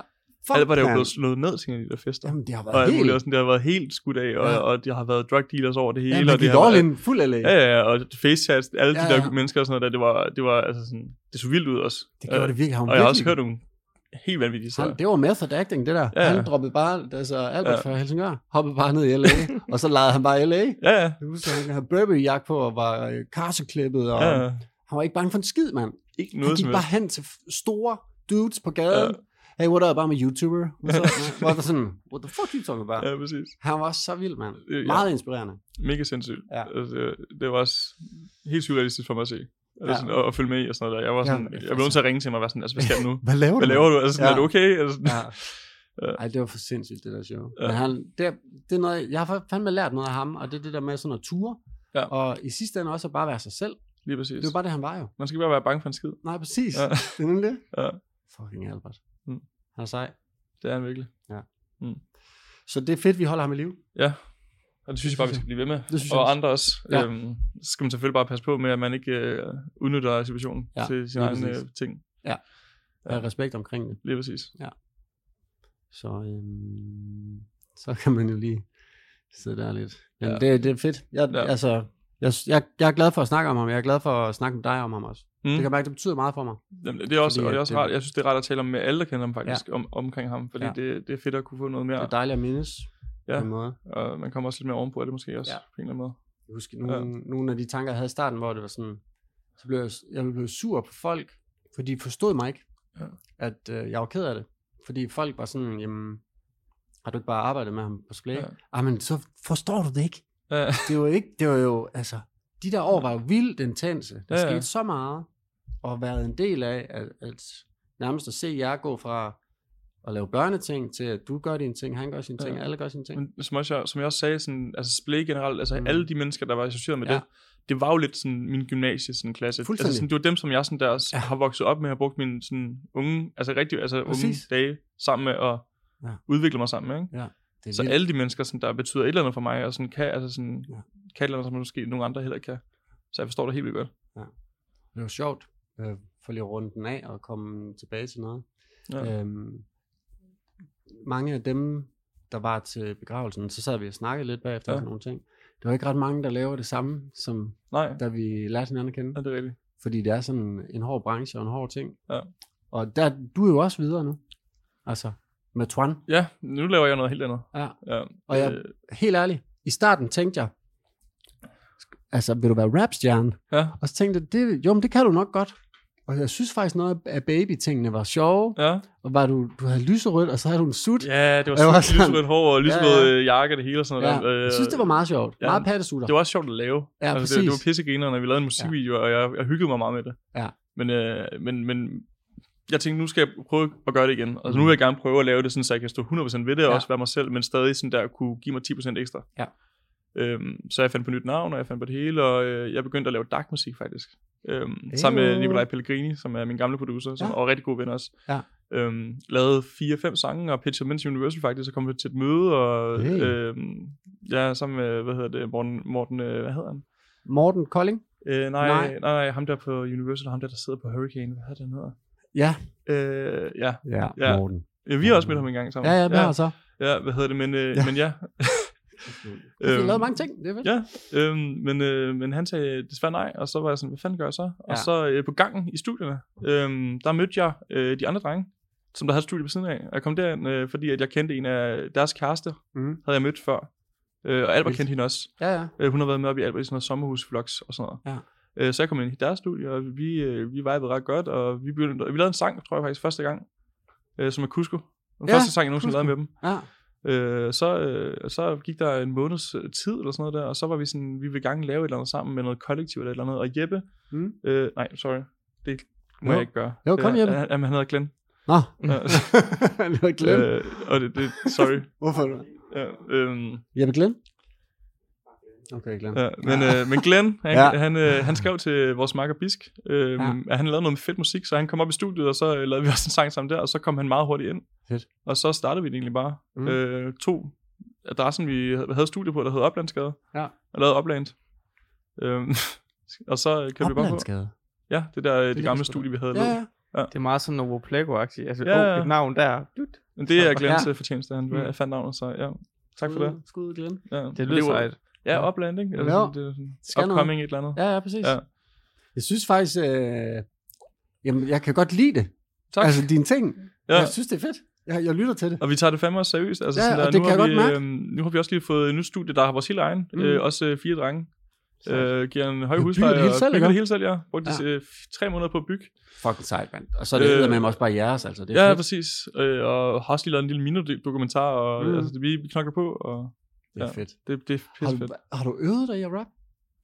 Ja, fuck, Alt var det jo mand. blevet slået ned, tænker jeg, de der fester. Jamen, det har og været alt helt... muligt, og sådan, det har været helt skudt af, og, Ja. ja. og de har været drug dealers over det hele. ja, man og det gik har all været- in, fuld LA. Ja, ja, ja, og facetats, alle ja, Ja, de der ja. ja. mennesker og sådan noget der, det var, det var altså sådan, det så vildt ud også. Det gjorde Øh, det virkelig. Han var Og jeg har også virkelig- hørt nogle helt vanvittige sager. han, det var method acting, det der. Ja, ja. Han droppede bare, altså Albert Ja. fra Helsingør, hoppede bare ned i LA, <laughs> og så lejede han bare LA. Ja, ja. Jeg husker, han havde Burberry-jakke på, og var øh, karseklippet, og ja, ja. ja. han var ikke bange for en skid, mand. Ikke noget han som gik helst. bare hen til f- store dudes på gaden. Ja. Hey, what up, I'm a <laughs> YouTuber. What's up? Hvor jeg var sådan, what the fuck you talking about? Ja, præcis. Han var så vild, mand. Øh, ja. Meget inspirerende. Mega sindssygt. Ja. Ja. Altså, det- det var også helt surrealistisk for mig at se. Altså, Ja. sådan, og, og følge med i og sådan noget der. Jeg var Ja, sådan, altså. jeg blev nødt til at ringe til mig og være sådan, altså, hvad <laughs> skal jeg nu? Hvad laver Hvad laver du? Altså, sådan, Ja. er du okay? Altså, sådan, Ja. <laughs> Ja. Ej, det var for sindssygt, det der show. Ja. Ja. Men han, det, er- det er noget, jeg har fandme lært noget af ham, og det er det der med sådan at ture. Ja. Og i sidste ende også at bare være sig selv. Lige præcis. Det var bare det, han var jo. Man skal bare være bange for en skid. Nej, præcis. Ja. <laughs> Det er nemlig det. Ja. Fucking Albert. Mm. Han er sej. Det er han virkelig. Så det er fedt, vi holder ham i live. Ja, og det synes jeg bare, vi skal blive ved med. Det synes jeg og også. andre også. Ja. Ja. Øhm, så skal man selvfølgelig bare passe på med, at man ikke øh, udnytter situationen Ja, ja, til sine lige egne præcis. øh, ting. Ja. Have respekt omkring det. Lige præcis. Så, øhm, så kan man jo lige sidde der lidt. Jamen, Ja. ja. det, det er fedt. Jeg, ja. Ja. altså, jeg, jeg, jeg er glad for at snakke om ham. Jeg er glad for at snakke med dig om ham også. Mm. Mm. Det kan jeg mærke, det betyder meget for mig. Jamen, det er også, Fordi og det at er også det- rart. Jeg synes, det er rart at tale om med alle, der kender ham faktisk, ja. om, omkring ham. Fordi Ja. ja. det, det er fedt at kunne få noget Ja. mere. Det er dejligt at mindes ja. Ja. på en måde. Og man kommer også lidt mere ovenpå af det måske også, Ja. ja. på en eller anden måde. Jeg husker nogle, ja. nogle af de tanker, jeg havde i starten, hvor det var sådan, så blev jeg, jeg blev sur på folk, fordi de forstod mig ikke, ja. Ja. at øh, jeg var ked af det. Fordi folk var sådan, jamen, har du ikke bare arbejdet med ham på Splay? Ja. Ja. Ah, men så forstår du det ikke. Ja, <laughs> Det var ikke, det var jo, altså, de der år var jo vildt intense. Der ja, Ja, skete ja. så meget, og været en del af, at, at nærmest at se jer gå fra at lave børneting, til at du gør dine ting, han gør sine Ja. ting, alle gør sine ting. Men som, også jeg, som jeg også sagde, sådan, altså Splay generelt, altså Mm. mm. alle de mennesker, der var associeret med Ja. det, det var jo lidt sådan min gymnasie sådan, klasse. Fuldstændig. Altså, sådan, det var dem, som jeg sådan, der Ja. ja. har vokset op med, har brugt mine sådan, unge, altså rigtig altså, unge Præcis. dage sammen med og Ja. ja. udvikle mig sammen med. Ikke? Det er Så vildt. alle de mennesker, sådan, der betyder et eller andet for mig, og sådan, kan, altså sådan, Ja. ja. kan et eller andet, som måske nogle andre heller ikke kan. Så jeg forstår det helt vildt godt. Det var sjovt øh, for lige at runde den af og komme tilbage til noget. Ja. Ja. Øhm, mange af dem, der var til begravelsen, så sad vi og snakkede lidt bagefter ja. Ja. om nogle ting. Der var ikke ret mange, der laver det samme, som Nej, da vi lærte hinanden at ja, kende. det er rigtigt. Fordi det er sådan en hård branche og en hård ting. Ja. Og der, du er jo også videre nu. Altså, med Twan. Ja, nu laver jeg noget helt andet. Ja. ja. Og jeg- Øh, Helt ærligt, i starten tænkte jeg, sk- altså, vil du være rapstjerne? ja, Og så tænkte jeg, det, jo, men det kan du nok godt. Og jeg synes faktisk, noget af baby-tingene var sjove. ja. Og var du, du havde lyserødt, og så havde du en sut. ja, det var Jeg var sådan sådan- lyserødt hår og lyserød ja, ja. jakke og det hele og sådan noget. der. Jeg synes, det var meget sjovt. Ja, ja, meget pattesutter. Det var også sjovt at lave. Ja, Altså, det, det præcis. var pissegrinerne, når vi lavede en musikvideo, ja. og jeg, jeg hyggede mig meget med det. Ja. Men, øh, men, men jeg tænkte, nu skal jeg prøve at gøre det igen. Altså, nu vil jeg gerne prøve at lave det, sådan, så jeg kan stå 100% ved det, og Mm. Ja. også være mig selv, men stadig sådan der, kunne give mig 10% ekstra. Ja. Øhm, så jeg fandt på nyt navn, og jeg fandt på det hele, og øh, jeg begyndte at lave darkmusik faktisk. Øhm, sammen med Nikolaj Pellegrini, som er min gamle producer, som Ja. ja. er rigtig god ven også. Ja. Øhm, lavede fire-fem sange, og pitchede dem til Universal faktisk, og kom til et møde, og Hey. øhm, ja, sammen med, hvad hedder det, Morten, Morten øh, hvad hedder han? Morten Kolding? Øh, nej, Nej. nej. nej, nej, ham der på Universal, ham der, der sidder på Hurricane, hvad hedder det, han hedder? Ja. Øh, ja. Ja, Ja. Morten. ja, vi har også mødt ham en gang sammen. Ja, ja, det ja, har så. ja, hvad hedder det, men, øh, Ja. ja. men ja. <laughs> Vi har lavet mange ting, det er fedt. Ja. Øhm, men, øh, men han sagde desværre nej, og så var jeg sådan, hvad fanden gør jeg så? Og Ja. så øh, på gangen i studierne, øh, der mødte jeg øh, de andre drenge, som der havde et studie ved siden af. Og jeg kom derind, øh, fordi at jeg kendte en af deres kærester, Mhm. havde jeg mødt før. Øh, og Albert Vildt. kendte hende også. Ja, ja. Øh, hun har været med op i Albert i sådan noget sommerhusvlogs og sådan noget. Øh, så jeg kom ind i deres studie, og vi, øh, vi vibede ret godt, og vi, begyndte, og vi lavede en sang, tror jeg faktisk, første gang, øh, som er Cusco. Den Ja, ja, første sang, jeg nogensinde Cusco. lavede med dem. ja. Øh, så, øh, så gik der en måneds øh, tid eller sådan noget der, og så var vi sådan, vi vil gerne lave et eller andet sammen med noget kollektiv eller et eller andet. Og Jeppe, Mm. øh, nej, sorry, det må Jo. jo. jeg ikke gøre. Jo, kom, Øh, Jeppe. Han, jamen, han hedder <laughs> Glenn. Nå. Ja, det var Glenn. øh, og det, det sorry. Hvorfor? Ja, øhm, Jeppe Glenn? Okay, Glenn. ja, men, øh, men Glenn, han, <laughs> Ja. ja. han, øh, han skrev til vores makker Bisk, øh, Ja. ja. at han lavede noget fedt musik, så han kom op i studiet, og så øh, lavede vi også en sang sammen der, og så kom han meget hurtigt ind. Fedt. Og så startede vi det egentlig bare. Mm. Mm. Øh, to adressen, vi havde havde studie på, der hed Oplandsgade. Ja. Og lavede Opland. Øhm, <laughs> og så øh, kørte vi bare på. Oplandsgade. Ja, det der det, ligger det gamle sgu da. studie, vi havde Ja, lavet. ja. Det er meget sådan noget Pleco-agtigt. Altså, Ja, ja. ja. oh, et navn der. Dut. Men det er Ja. Glens ja. fortjeneste, han Mm. mm. fandt navnet, så ja. Tak for det. Skud, Glenn. Ja. Det Men lyder var- sejt. Ja, Opland, ikke? Jo. Altså, det er sådan Skal noget. upcoming et eller andet. Ja. Ja, ja, præcis. Ja. Jeg synes faktisk, øh, jamen, jeg kan godt lide det. Tak. Altså, dine ting. Ja. Ja. Jeg synes, det er fedt. Jeg, jeg lytter til det. Og vi tager det fandme også seriøst. Altså, Ja, sådan, og der- det nu kan har jeg vi, godt mærke. øhm, nu har vi også lige fået et nyt studie, der har vores helt egen. Mm. Øh, også øh, fire drenge. Øh, giver en høj Ja, husleje. bygger det hele og selv, bygger ikke? det hele selv, ja. Brugte Ja. ja. Øh, f- tre måneder på at bygge. Fucking sejt, mand. Og så er det øh, med også bare jeres, altså. Det er Ja, fedt. præcis. Øh, og har også lige lavet en lille minidokumentar, og Mm. mm. altså, det, vi vi knokler på, og Det er fedt. det, det er Har pisse du, fedt. har du øvet dig i at rap?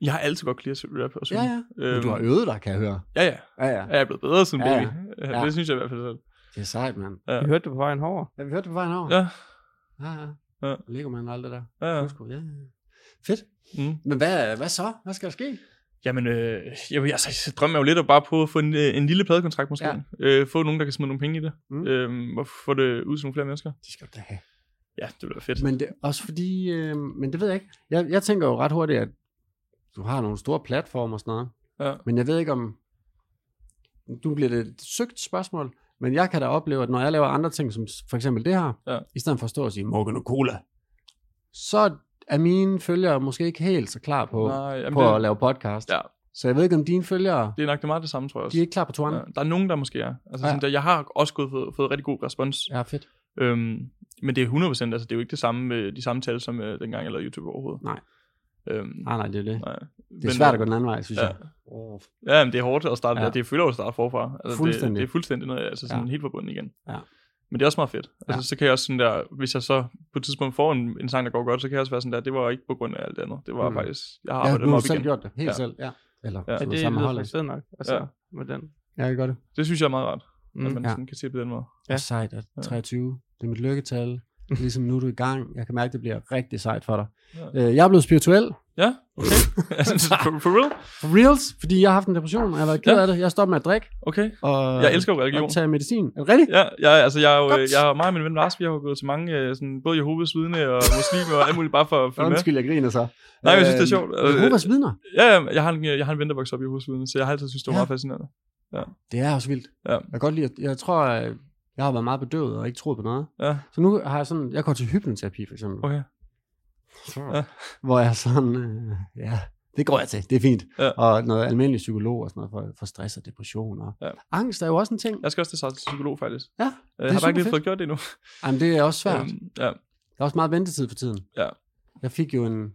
Jeg har altid godt kliret rap og Ja, synge. ja. Øhm, Men du har øvet dig, kan jeg høre. Ja, ja. Ja, ja. Ja, Jeg er blevet bedre siden Ja, ja, ja. baby. Ja. Ja. Det synes jeg i hvert fald selv. Det er sejt, mand. Ja. Vi hørte det på vejen over. Ja, vi hørte det på vejen over. Ja, ja. ja. Ja. Lego man og alt det der. ja, ja. Husk, ja. ja. Fedt. Mm. Men hvad, hvad så? Hvad skal der ske? Jamen, øh, jeg, jeg, jeg drømmer jo lidt om bare på at få en, øh, en lille pladekontrakt måske. Ja. Ja. Øh, få nogen, der kan smide nogle penge i det. Mm. Mm. Øh, og få det ud til nogle flere mennesker. Det skal du da have. Ja, det bliver fedt. Men det, også fordi, øh, men det ved jeg ikke. Jeg, jeg tænker jo ret hurtigt, at du har nogle store platformer og sådan noget. Ja. Men jeg ved ikke om, du bliver det et søgt spørgsmål, men jeg kan da opleve, at når jeg laver andre ting, som s- for eksempel det her, Ja. i stedet for at stå og sige Morgan og Cola, så er mine følgere måske ikke helt så klar på, Nej, jamen, på at det, lave podcast. Ja. Så jeg ved ikke, om dine følgere, det er nok det meget det samme, tror jeg også. de er ikke klar på toren. Ja, Ja. der er nogen, der måske er. Altså, Ja. sådan der, jeg har også gået, fået, fået rigtig god respons. Ja. ja, fedt. Øhm, men det er 100%, altså det er jo ikke det samme med de samme tal, som øh, dengang jeg lavede YouTube overhovedet. Nej. Øhm, Nej, nej, det er det. nej. øh, Det er svært at gå den anden vej, synes Ja. jeg. Oh, Ja, men det er hårdt at starte. Ja. Ja. Det føler jo at starte forfra. Altså, Fuldstændig. Det, det er fuldstændig noget, altså sådan Ja. ja. helt forbundet igen. Ja. Men det er også meget fedt. Altså, Ja. så kan jeg også sådan der, hvis jeg så på et tidspunkt får en, en sang, der går godt, så kan jeg også være sådan der, det var ikke på grund af alt andet. Det var Mm. mm. faktisk, jeg har ja, arbejdet nu ja, har op du selv igen. gjort det. Helt Ja. selv, ja. Eller Ja, ja, Ja, det det sammen med lyder holdet. faktisk fedt nok. Altså, Ja. med den. Ja, jeg gør det. Det synes jeg er meget rart, mm. at Mm. man Ja. ja. sådan kan se på den måde. Ja. Ja. Og sejt, at 23, det er mit lykketal. Ligesom nu er du i gang. Jeg kan mærke, det bliver rigtig sejt for dig. Ja. Øh, Jeg er blevet spirituel. Ja, <laughs> okay. altså, for, for real? For reals, fordi jeg har haft en depression, og jeg har været ked Ja. af det. Jeg stopper med at drikke. Okay. Og, Jeg elsker jo religion. Og tage medicin. Er det rigtigt? Ja, jeg, altså, jeg, er jo, Godt. jeg, og mig og min ven Lars, vi har jo gået til mange, øh, sådan, både Jehovas vidne <laughs> og muslimer og alt muligt, bare for at følge med. Undskyld, jeg griner så. Nej, jeg synes, det er sjovt. Øh, Jehovas vidner. Ja, ja, jeg har en, øh, jeg har en ven, der voksede op i Jehovas vidne, så jeg har altid synes, det var Ja. meget fascinerende. Det er også vildt. Ja. Jeg kan godt lide, at jeg tror, at jeg har været meget bedøvet og ikke troet på noget. Ja, Så nu har jeg sådan, jeg går til hypnoterapi for eksempel. okay. Ja. <laughs> Hvor jeg sådan, øh, ja, det går jeg til, det er fint. Ja. Og noget almindelig psykolog og sådan noget for, for stress og depression. Og... Ja. Angst er jo også en ting. Jeg skal også til starte til psykolog, faktisk. Ja, Jeg har bare super ikke lige fedt. fået gjort det endnu. Jamen, det er også svært. Øhm, ja. Der er også meget ventetid for tiden. Ja. Jeg fik jo en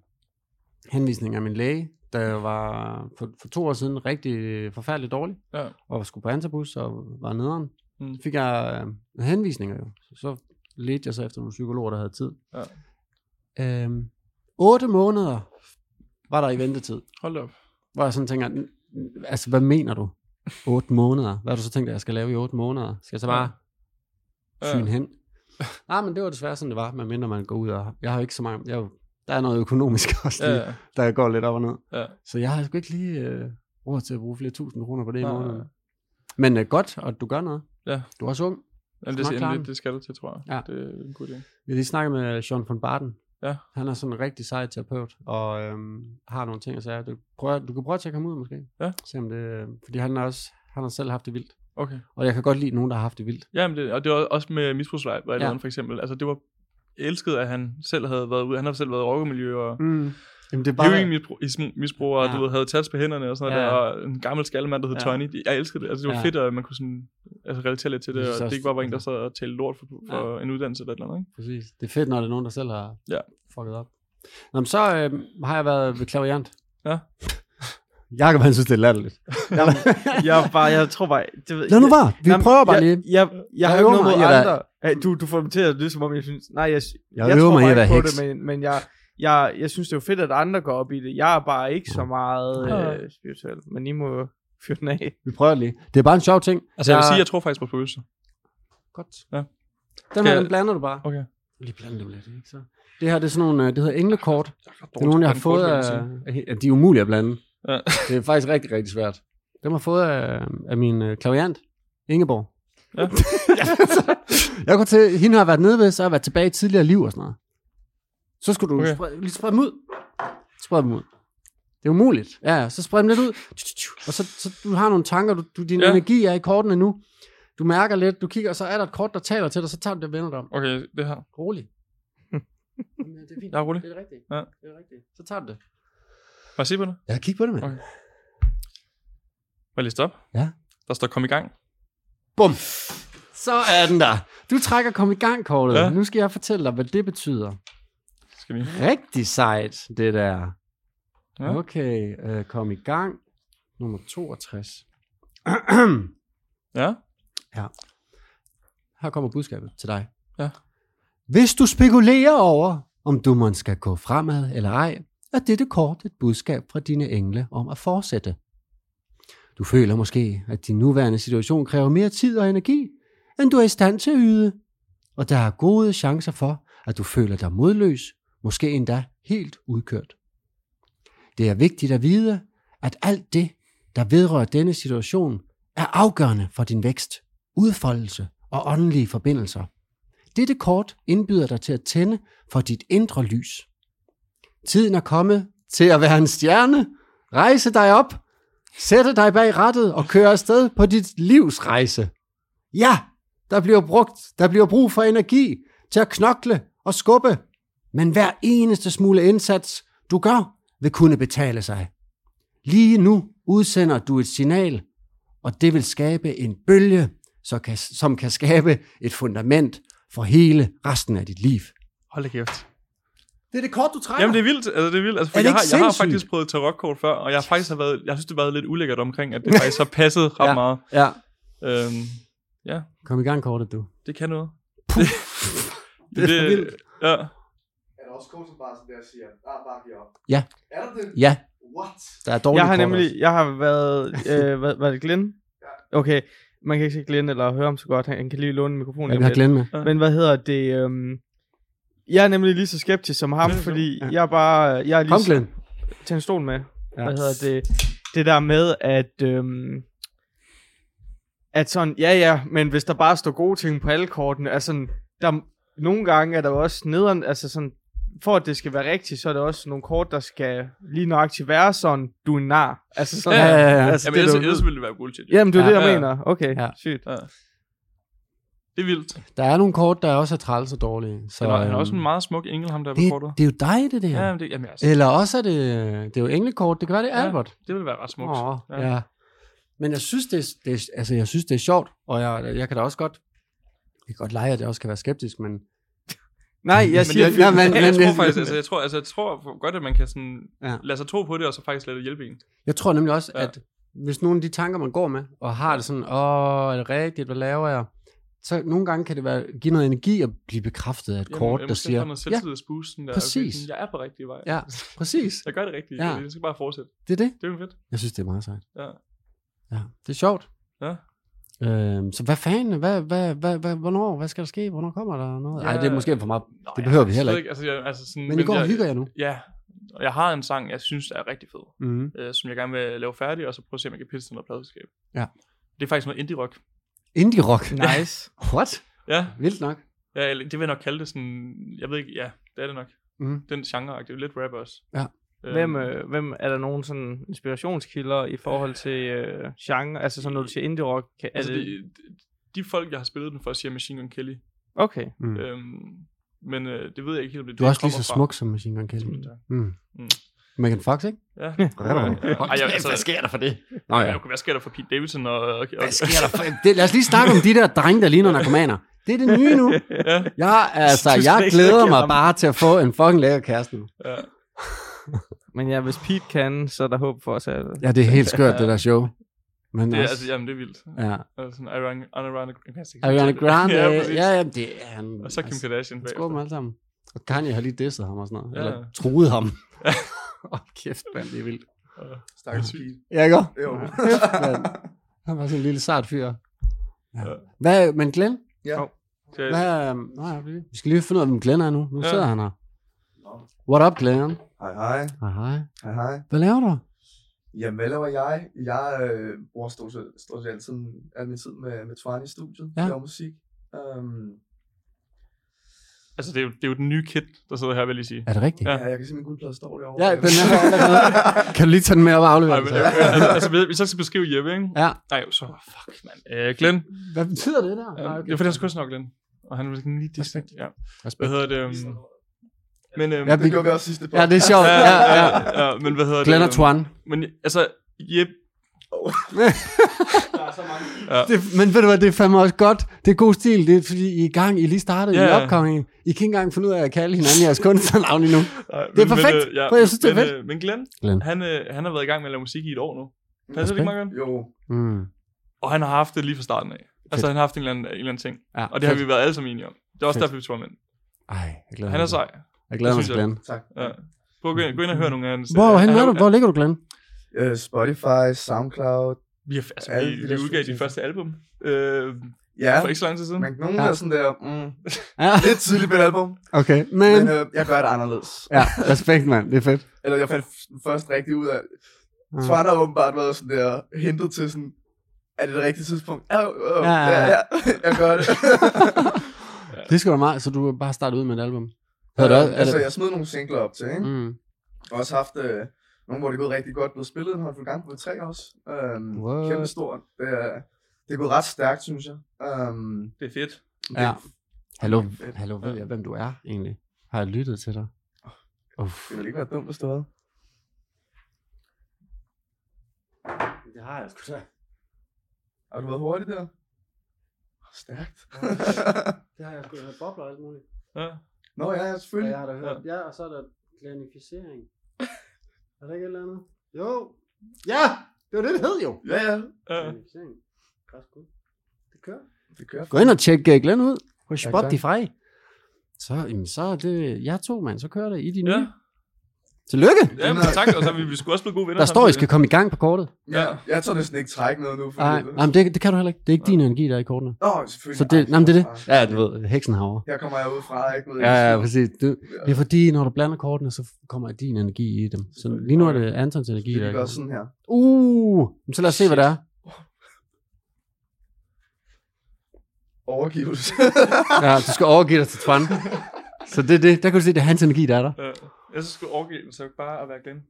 henvisning af min læge, da jeg var for, for to år siden rigtig forfærdeligt dårlig, Ja. og skulle på antabus og var nederen. Mm. Så fik jeg øh, henvisninger jo. Så ledte jeg så efter nogle psykologer, der havde tid. Ja. Øhm, otte måneder var der i ventetid, Hold da op. hvor jeg sådan tænker, "N- n- altså hvad mener du? Otte måneder? Hvad har du så tænkt, at jeg skal lave i otte måneder? Skal jeg så bare Ja. syn hen. Nej, men det var desværre sådan, det var, medmindre man går ud og... Jeg har jo ikke så mange... Jeg er jo Der er noget økonomisk <laughs> også Ja, lige, ja. der går lidt op og ned. Ja. Så jeg har sgu ikke lige øh, råd til at bruge flere tusind kroner på det i Nej. måneden. Men øh, godt, og du gør noget. Ja. Du er også ung. Jamen, det, Snart klar. det, det, skal du til, tror jeg. Ja. Det er en god idé. Vi har lige snakket med Sean von Barton. Ja. Han er sådan en rigtig sej terapeut, og øhm, har nogle ting at sige. Du, prøver, du kan prøve at tjekke ham ud, måske. Ja. Se om det, øh, fordi han, er også, han har selv haft det vildt. Okay. Og jeg kan godt lide nogen, der har haft det vildt. Jamen, det, og det var også med misbrugsvejlederen Ja. ja. for eksempel. Altså, det var elsket, at han selv havde været ude. Han har selv været i rockermiljø og Mm. Jamen, det er bare... heroinmisbrug, og Ja. ja. du ved, havde tats på hænderne og sådan noget Ja. ja. der, og en gammel skaldemand, der hed Ja. ja. Tony. De- Jeg elskede det. Altså, det var Ja. ja. fedt, at man kunne sådan, altså, relatere lidt til Jeg det, synes og det også- ikke bare var en, der sad og talte lort for, for altså- ja. en uddannelse eller et eller andet, ikke? Præcis. Det er fedt, når det er nogen, der selv har Ja. fucket op. Nå, men så øh, har jeg været ved klaviant. Ja. Jakob, han synes, det er latterligt. jeg, er bare, jeg tror bare... Det ved, Lad nu bare. Vi Jamen, prøver bare jeg, lige. Jeg, jeg, jeg har Jeg jo ikke øver mig noget mod i at være- andre. Hey, du, du får dem til at lyde, som om jeg synes... Nej, jeg, Jeg øver tror mig i bare at være ikke på heks. Det, men, men jeg, jeg, jeg synes, det er jo fedt, at andre går op i det. Jeg er bare ikke så meget Ja. øh, spirituel. Men I må jo fyre den af. Vi prøver lige. Det er bare en sjov ting. Altså, ja. jeg vil sige, jeg tror faktisk på følelser. Godt. Ja. Den her, Skal- den blander du bare. Okay. Lige blande dem lidt, ikke? Så. Det her, det er sådan nogle, øh, det hedder englekort. Det er nogle, jeg har fået øh, af, af, de er umulige at blande. Ja. Det er faktisk rigtig, rigtig svært. Dem har jeg fået af, af min øh, klaviant, Ingeborg. <laughs> altså, Ja. jeg går til, hende har jeg været nede ved, så har jeg været tilbage i tidligere liv og sådan noget. Så skulle du Okay. okay. spred, lige sprede dem ud. Spred dem ud. Det er umuligt. Ja, ja, så spred dem lidt ud. Og så, så du har nogle tanker, du, du, din ja. Ja. energi er i kortene nu. Du mærker lidt, du kigger, og så er der et kort, der taler til dig, så tager du det og vender dig om. Okay, det her. Rolig. <laughs> Jamen, det er fint. Jeg er rolig. Det er rigtigt. Ja. Det er rigtigt. Så tager du det. Må jeg se på det? Ja, kig på det, mand. Okay. Må jeg læse det op? Ja. Der står, kom i gang. Bum. Så er den der. Du trækker kom i gang kortet. Ja. Ja. Nu skal jeg fortælle dig, hvad det betyder. Skal vi? Rigtig sejt, det der. Ja. Ja. Okay, øh, kom i gang. Nummer 62. Ja. Her kommer budskabet til dig. Ja. Hvis du spekulerer over, om du måske skal gå fremad eller ej, er dette kort et budskab fra dine engle om at fortsætte. Du føler måske, at din nuværende situation kræver mere tid og energi, end du er i stand til at yde, og der er gode chancer for, at du føler dig modløs, måske endda helt udkørt. Det er vigtigt at vide, at alt det, der vedrører denne situation, er afgørende for din vækst udfoldelse og åndelige forbindelser. Dette kort indbyder dig til at tænde for dit indre lys. Tiden er kommet til at være en stjerne, rejse dig op, sætte dig bag rattet og køre afsted på dit livs rejse. Ja, der bliver, brugt, der bliver brug for energi til at knokle og skubbe, men hver eneste smule indsats, du gør, vil kunne betale sig. Lige nu udsender du et signal, og det vil skabe en bølge, så kan, som kan skabe et fundament for hele resten af dit liv. Hold da kæft. Det er det kort, du trækker. Jamen det er vildt, altså det er vildt. Altså, for Er det jeg, har, ikke jeg har sindssygt? faktisk prøvet tarotkort før, og jeg har faktisk har været, jeg synes det har været lidt ulækkert omkring, at det faktisk har passet ret Ja. ja. meget. Ja. Øhm, ja, Kom i gang kortet, du. det kan noget. <laughs> Det er for vildt. Altså, Ja, er der også kurser bare sådan der siger, ah, bare giv op. Ja. Er der det? Ja, What? der er dårligt Jeg har nemlig... Jeg har været... <laughs> Øh, hvad, hvad er det, Glenn? Okay, man kan ikke se Glenn eller høre ham så godt. Han, han kan lige låne mikrofonen. Ja, lige vi om har lidt. glemt med. Men hvad hedder det? Øhm, jeg er nemlig lige så skeptisk som ham, Det er sjovt. fordi Ja. jeg er bare... Jeg er lige Kom, så- Glenn. Tag en stol med. Ja. Ja. Hvad hedder det? Det der med, at... Øhm, at sådan, ja ja, men hvis der bare står gode ting på alle kortene, altså sådan, der, nogle gange er der jo også nederen, altså sådan, for at det skal være rigtigt, så er der også nogle kort, der skal lige nøjagtigt være sådan, du er en nar. Altså sådan, Ja, ja, ja, ja. Altså, Jamen, det, ellers, er ellers ellers, ville det være bullshit. Ja. Jamen, det er Ja. ja, det, jeg Ja. mener. Okay, Ja. ja. sygt. ja. Det er vildt. Der er nogle kort, der også er træls og dårlige. Så, Han er, han er øhm, også en meget smuk engel, ham der er på det, kortet. det er jo dig, det der. Ja, Ja. men det, jamen, altså, Eller også er det, det er jo englekort. Det kan være, det er Ja. Albert. det ville være ret smukt. Åh, Ja. ja. ja. Men jeg synes, det, er- det, er- altså, jeg synes, det er sjovt, og jeg, jeg kan da også godt, jeg kan godt lege, at jeg også kan være skeptisk, men Nej, jeg Men siger... jeg- ja, men, Ja, <laughs> men, jeg tror faktisk, altså, jeg tror, altså, jeg tror godt, at man kan sådan Ja. ja. lade sig tro på det, og så faktisk lade det hjælpe en. Jeg tror nemlig også, ja. Ja. at hvis nogle af de tanker, man går med, og har det sådan, åh, er det rigtigt, hvad laver jeg? Så nogle gange kan det være, give noget energi at blive bekræftet af et Jamen, kort, jeg der måske får siger, noget ja, selvtillidsboost, sådan der, præcis. Præcis. Sådan, jeg er på rigtig vej. ja, præcis, Jeg gør det rigtigt. Ja. Ja. Jeg skal bare fortsætte. det er det. Det er jo fedt. Jeg synes, det er meget sejt. Ja. Ja, det er sjovt. Ja. Øhm, så hvad fanden? Hvad, hvad, hvad, hvad, hvornår? Hvad skal der ske? Hvornår kommer der noget? Nej, Ja. det er måske for meget. Nå, Det behøver jeg vi heller ved ikke. Altså, jeg, altså sådan, Men, i går jeg, hygger jeg nu. Ja, og jeg har en sang, jeg synes er rigtig fed, Mm. øh, som jeg gerne vil lave færdig, og så prøve at se, om jeg kan pisse til noget pladeskab. Ja. Det er faktisk noget indie-rock. Indie rock. Nice. <laughs> What? Ja, Vildt nok. ja, eller det vil jeg nok kalde det sådan, jeg ved ikke, ja, det er det nok. Mm. Den genre det er lidt rap også. Ja. Øhm, Hvem, øh, hvem er der nogen sådan inspirationskilder i forhold til øh, genre? Altså sådan, når du siger indie rock, kan, altså, er det... de, de folk, jeg har spillet den for, siger Machine Gun Kelly. Okay. Mm. Mm. Øhm, men øh, det ved jeg ikke helt, om det Du er det, også lige kommer så smuk som Machine Gun Kelly. Tusind tak. Mm. Mm. Megan Fox, ikke? Ja. <laughs> Ej, Ej, jeg- altså- hvad sker der for det? Nå ja. Okay, hvad sker der for Pete Davidson? Og, og, og, Hvad sker der for det? Lad os lige snakke om de der drenge, der ligner narkomaner. Det er det nye nu. ja, <laughs> Jeg, altså, Du skal jeg ikke glæder snakke mig om- bare til at få en fucking lækker kæreste nu. ja. Men ja, hvis Pete kan, så er der håb for os alle. Ja, det er helt skørt, det der show. Men Det, det er- også, altså, jamen, det er vildt. ja. Altså, sådan Ariana- Ariana Grande. Ariana Grande, ja, ja, præcis. ja, ja, det er altså, han. Og så Kim Kardashian Skål dem bagefter. alle sammen. Og Kanye har lige disset ham og sådan noget. Ja. Ja. Eller truet ham. Åh, kæft, mand, det er vildt. Stakkels Sygt. pige. Ja, ikke også? Jo. mand. Han var sådan en lille sart fyr. Ja. Ja. Hvad, men Glenn? ja. Hov. Så, Hvad, nej, jeg bliver- vi skal lige finde ud af, hvem Glenn er nu. Nu Ja. sidder han her. Nå. What up, Glenn? <laughs> Hej, hej. Hej, hej. Hej, hej. Hvad laver du? Jamen, hvad laver jeg? Jeg øh, bruger stort set, stort set altid al min tid med, med Twine i studiet. Ja. Ja. Laver musik. Um, altså, det er, jo, det er jo den nye kid, der sidder her, vil jeg lige sige. Er det rigtigt? Ja. ja. ja, jeg kan se, min guldplade står derovre. Ja, den er <laughs> Kan du lige tage den med op og aflevere Nej, den? men, så? øh, altså, hvis- hvis jeg skal beskrive Jeppe, ikke? Ja. Nej, jo, så fuck, mand. Øh, Glenn. Hvad betyder det der? Ja, Det er fordi, han skulle snakke Glenn. Og han ville lige disse. Ja. Hvad hedder det? øhm, Men, øhm, Ja, Det gjorde vi også sidste Ja, det er sjovt. Ja, ja. ja, men hvad hedder Glenn og det? øhm, Twan. Men altså, Jeppe, Der er så mange. ja, Det, men ved du hvad, det er fandme også godt. Det er god stil. Det er fordi, I er i gang. I er lige startet Ja, yeah. i ja. opkommingen. I kan ikke engang finde ud af at kalde hinanden jeres kunstnernavn endnu. Nej, Det er perfekt, øh, ja, for jeg synes, det er men, fedt. øh, men Glenn, Glenn. Han, øh, han har været i gang med at lave musik i et år nu. Passer det Respekt. ikke meget godt? Jo, Mm. Og han har haft det lige fra starten af. Altså, han har haft en eller anden, en eller anden ting. Ja, Og det har fedt. vi været alle sammen enige om. Det er også Fedt. derfor, vi tog ham ind. Ej, jeg glæder Han mig. er sej. Jeg glæder Det mig synes til jeg. Glenn. tak. Ja. Prøv at gå ind, gå ind og høre nogle af hans... Hvor, øh, hen han- er du? Hvor ligger du, Glenn? Øh, Spotify, Soundcloud. Vi, har, altså, Alle vi, de vi der udgav studie- dit første album. Øh, Ja, for ikke så lang tid siden. men nogen Ja. er sådan der, mm, Ja, lidt tidligt på et <laughs> album, okay. Men, men øh, jeg gør det anderledes. ja, respekt, mand. Det er fedt. Ah. Eller jeg fandt f- først rigtig ud af, Ja. Twan har åbenbart været sådan der, hentet til sådan, er det det rigtige tidspunkt? Ja, øh, Ja, ja, ja, ja. ja, ja, <laughs> jeg gør det. <laughs> Det skal du meget, så du vil bare starte ud med et album. Hørte du også? altså, jeg smed nogle singler op til, ikke? Mm. Mm. Også haft øh, nogle, hvor det er gået rigtig godt. Blevet spillet en håndfuld gange på tre også. Øhm, What? kæmpe stort. Det, er- det er gået ret stærkt, synes jeg. Øhm, Det er fedt. det- Ja. Hallo, Fedt. hallo, ved jeg, hvem du er egentlig? Har jeg lyttet til dig? Uff. Det ville ikke være dumt at stå ad. Det har jeg sgu da. Har du været hurtig der? Stærkt. <laughs> Det har jeg sgu da. Bobler og alt muligt. Ja. Nå ja, ja, selvfølgelig. har da hørt- Ja, og så er der glanificering. Er der ikke et eller andet? Jo. Ja, det var det, det hed jo. Ja, ja. Ja. Glanificering. Græsk gud. Det kører. Det kører. Gå ind og tjek øh, Glenn ud på Ja, Spotify. Så, jamen, så er det jer to, mand. Så kører det i de nye. Ja. Ja. Tillykke. ja, men tak. Og så er vi, vi skulle også blive gode venner. Der står, I samtidig. skal komme i gang på kortet. Ja. Jeg tør næsten ikke trække noget nu. fordi- Nej, nej men det, det kan du heller ikke. Det er ikke din energi, der er i kortene. Nå, selvfølgelig. Så det, nej, men det er det. Ej, Ja, du ved, heksen herovre. Her kommer jeg ud fra, ikke? Ved, Ja, ja, ikke? præcis. Du, det er fordi, når du blander kortene, så kommer din energi i dem. Så lige nu er det Antons energi, Det der er kan i gøre kortene. sådan her. Uh, men så lad os se, hvad der er. Overgivelse. Ja, du skal overgive dig til Twan. Så det er det. Der kan du se, det er hans energi, der er der. Ja. Jeg synes, skulle overgive så bare at være Glenn.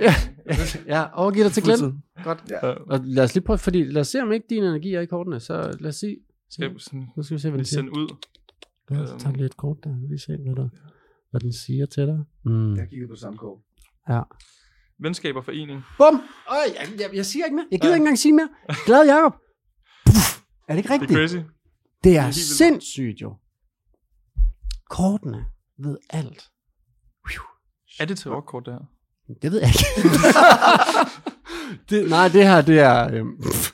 Ja. Ja, overgive dig til Glenn. Godt. <laughs> Ja. Ja. Og lad os lige prøve, fordi lad os se, om ikke din energi er i kortene. Så lad os se. Skal vi sådan Nu skal vi se, hvad den lige siger. sende ud? Lad os tage lidt kort der. Vi ser, hvad, der, hvad den siger til dig. Mm. Jeg kiggede på samme kort. Venskab og forening. Bum! Øj, jeg, jeg, jeg siger ikke mere. Jeg gider ikke engang sige mere. Glad Jacob. Puff. Er det ikke Det er rigtigt? crazy. Det er er helt vildt. sindssygt jo. Kortene ved alt. Er det til rockkort, det her? Det ved jeg <laughs> ikke. det, nej, det her, det er... Øhm, pff.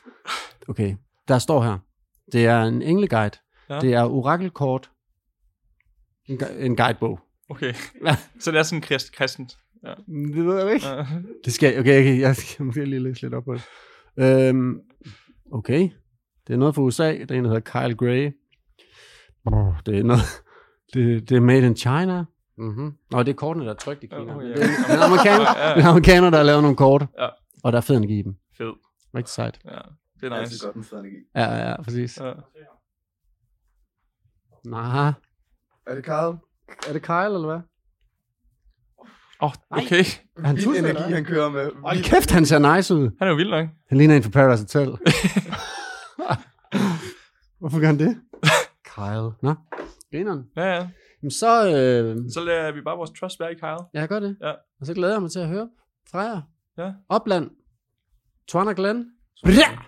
okay, der står her. Det er en engleguide. Ja. Ja. Det er orakelkort. En, gu- en guidebog. Okay. Ja. <laughs> Så det er sådan krist, kristent. Ja. Det ved jeg ikke. Ja. Det skal, okay, okay, jeg skal måske lige læse lidt op på det. Øhm, okay, Det er noget fra USA. Det er en, der hedder Kyle Gray. Oh, det er noget... Det, det er made in China. Mm-hmm. Og det er kortene, der er trygt i Kina. Åh, Oh, ja. yeah. Det er en amerikaner, Ja, ja. en amerikaner, der har lavet nogle kort. Ja. Og der er fed energi i dem. Fed. Rigtig sejt. Ja, det Det er er nice. altid godt med fed energi. Ja, ja, præcis. Ja. Nah. Er det Karl? Er det Kyle, eller hvad? Oh, okay. Han Vild tusind, energi, han kører med. Hold kæft, han ser nice ud. Han er jo vild nok. Han ligner en fra Paradise Hotel. <laughs> Hvorfor gør han det? Kyle. Nå, grineren. Ja, ja. Jamen så, øh, Så lader vi bare vores trust være i Kyle. jeg gør det. Ja. Og så glæder jeg mig til at høre fra jer. Ja. Opland. Twana Glenn. Ja!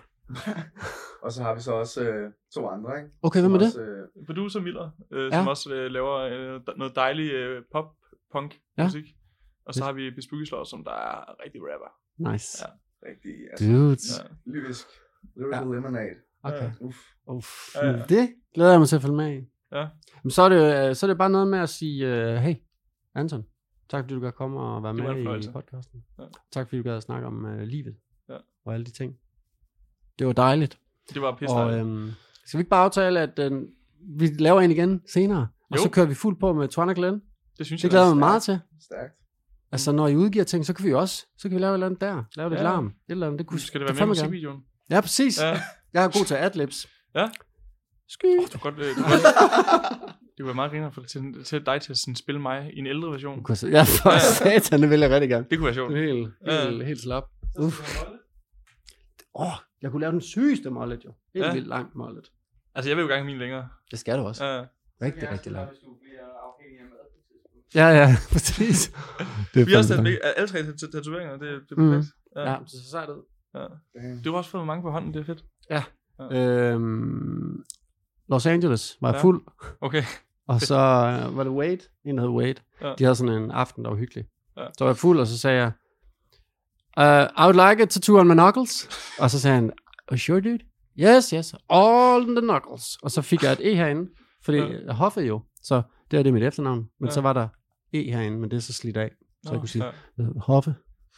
Og så har vi så også øh, to andre, ikke? Okay, hvem er det? Også, øh, Producer Miller, øh, Ja. som også øh, laver øh, d- noget dejlig øh, pop-punk-musik. Og så har vi Bespyggeslår, som der er rigtig rapper. Nice. Ja. rigtig altså, Dudes. Ja. lyrisk. Lyrical lemonade. Okay. Uff. Uff, Ja, ja. men det glæder jeg mig til at følge med i. Ja. Men så er det, øh, så er det bare noget med at sige, øh, hey, Anton, tak fordi du gad komme og være Det var en med i fornøjelse. podcasten. Ja. Tak fordi du gad at snakke om øh, livet Ja. og alle de ting. Det var dejligt. Det var pisse Og dejligt. øhm, skal vi ikke bare aftale, at øh, vi laver en igen senere? Og Jo. så kører vi fuldt på med Twana Glenn. Det synes Det jeg glæder jeg også. mig meget til. Stærkt. Altså, når I udgiver ting, så kan vi jo også, så kan vi lave et eller andet der. Lave lidt Ja. larm. Et eller andet, det kunne Nu skal det være det med i får man musikvideoen. gerne. Ja, præcis. Ja. Ja. Jeg er god til adlibs. Ja. Sky. Du kan godt, øh, du kan <laughs> godt, det kunne være meget griner for til, til dig til at sådan, spille mig i en ældre version. Du kunne så- Ja, for satan, det vil jeg rigtig gerne. Det kunne være sjovt. Det er helt, Ja. helt, helt slap. Uff. Åh, oh, jeg kunne lave den sygeste mollet, jo. Helt Ja. ja. vildt lang mollet. Altså, jeg vil jo gerne have min længere. Det skal du også. Ja. Uh, Rigtig, rigtig lang. Ja, <laughs> ja, præcis. Det vi har også fandme- taget, alle tre tat- tatoveringer, det, det er Mhm. perfekt. Ja. Ja, det ser sejt ud. Ja. Damn. Du har også fået mange på hånden, det er fedt. Øhm, Los Angeles var Ja. ja. fuld, Okay. <laughs> og så øh, var det Wade, en der hed Wade. Ja. Ja. De havde sådan en aften, der var hyggelig. Ja. Ja. Så var jeg fuld, og så sagde jeg, uh, I would like a tattoo on my <laughs> knuckles. og så sagde han, oh, sure dude? Yes, yes, all the knuckles. Og så fik jeg et E herinde, fordi Ja. ja. jeg hoffede jo, så det er det er mit efternavn. Men Ja. ja. så var der E herinde, men det er så slidt af. Så jeg kunne sige, Ja. øh, hoffe.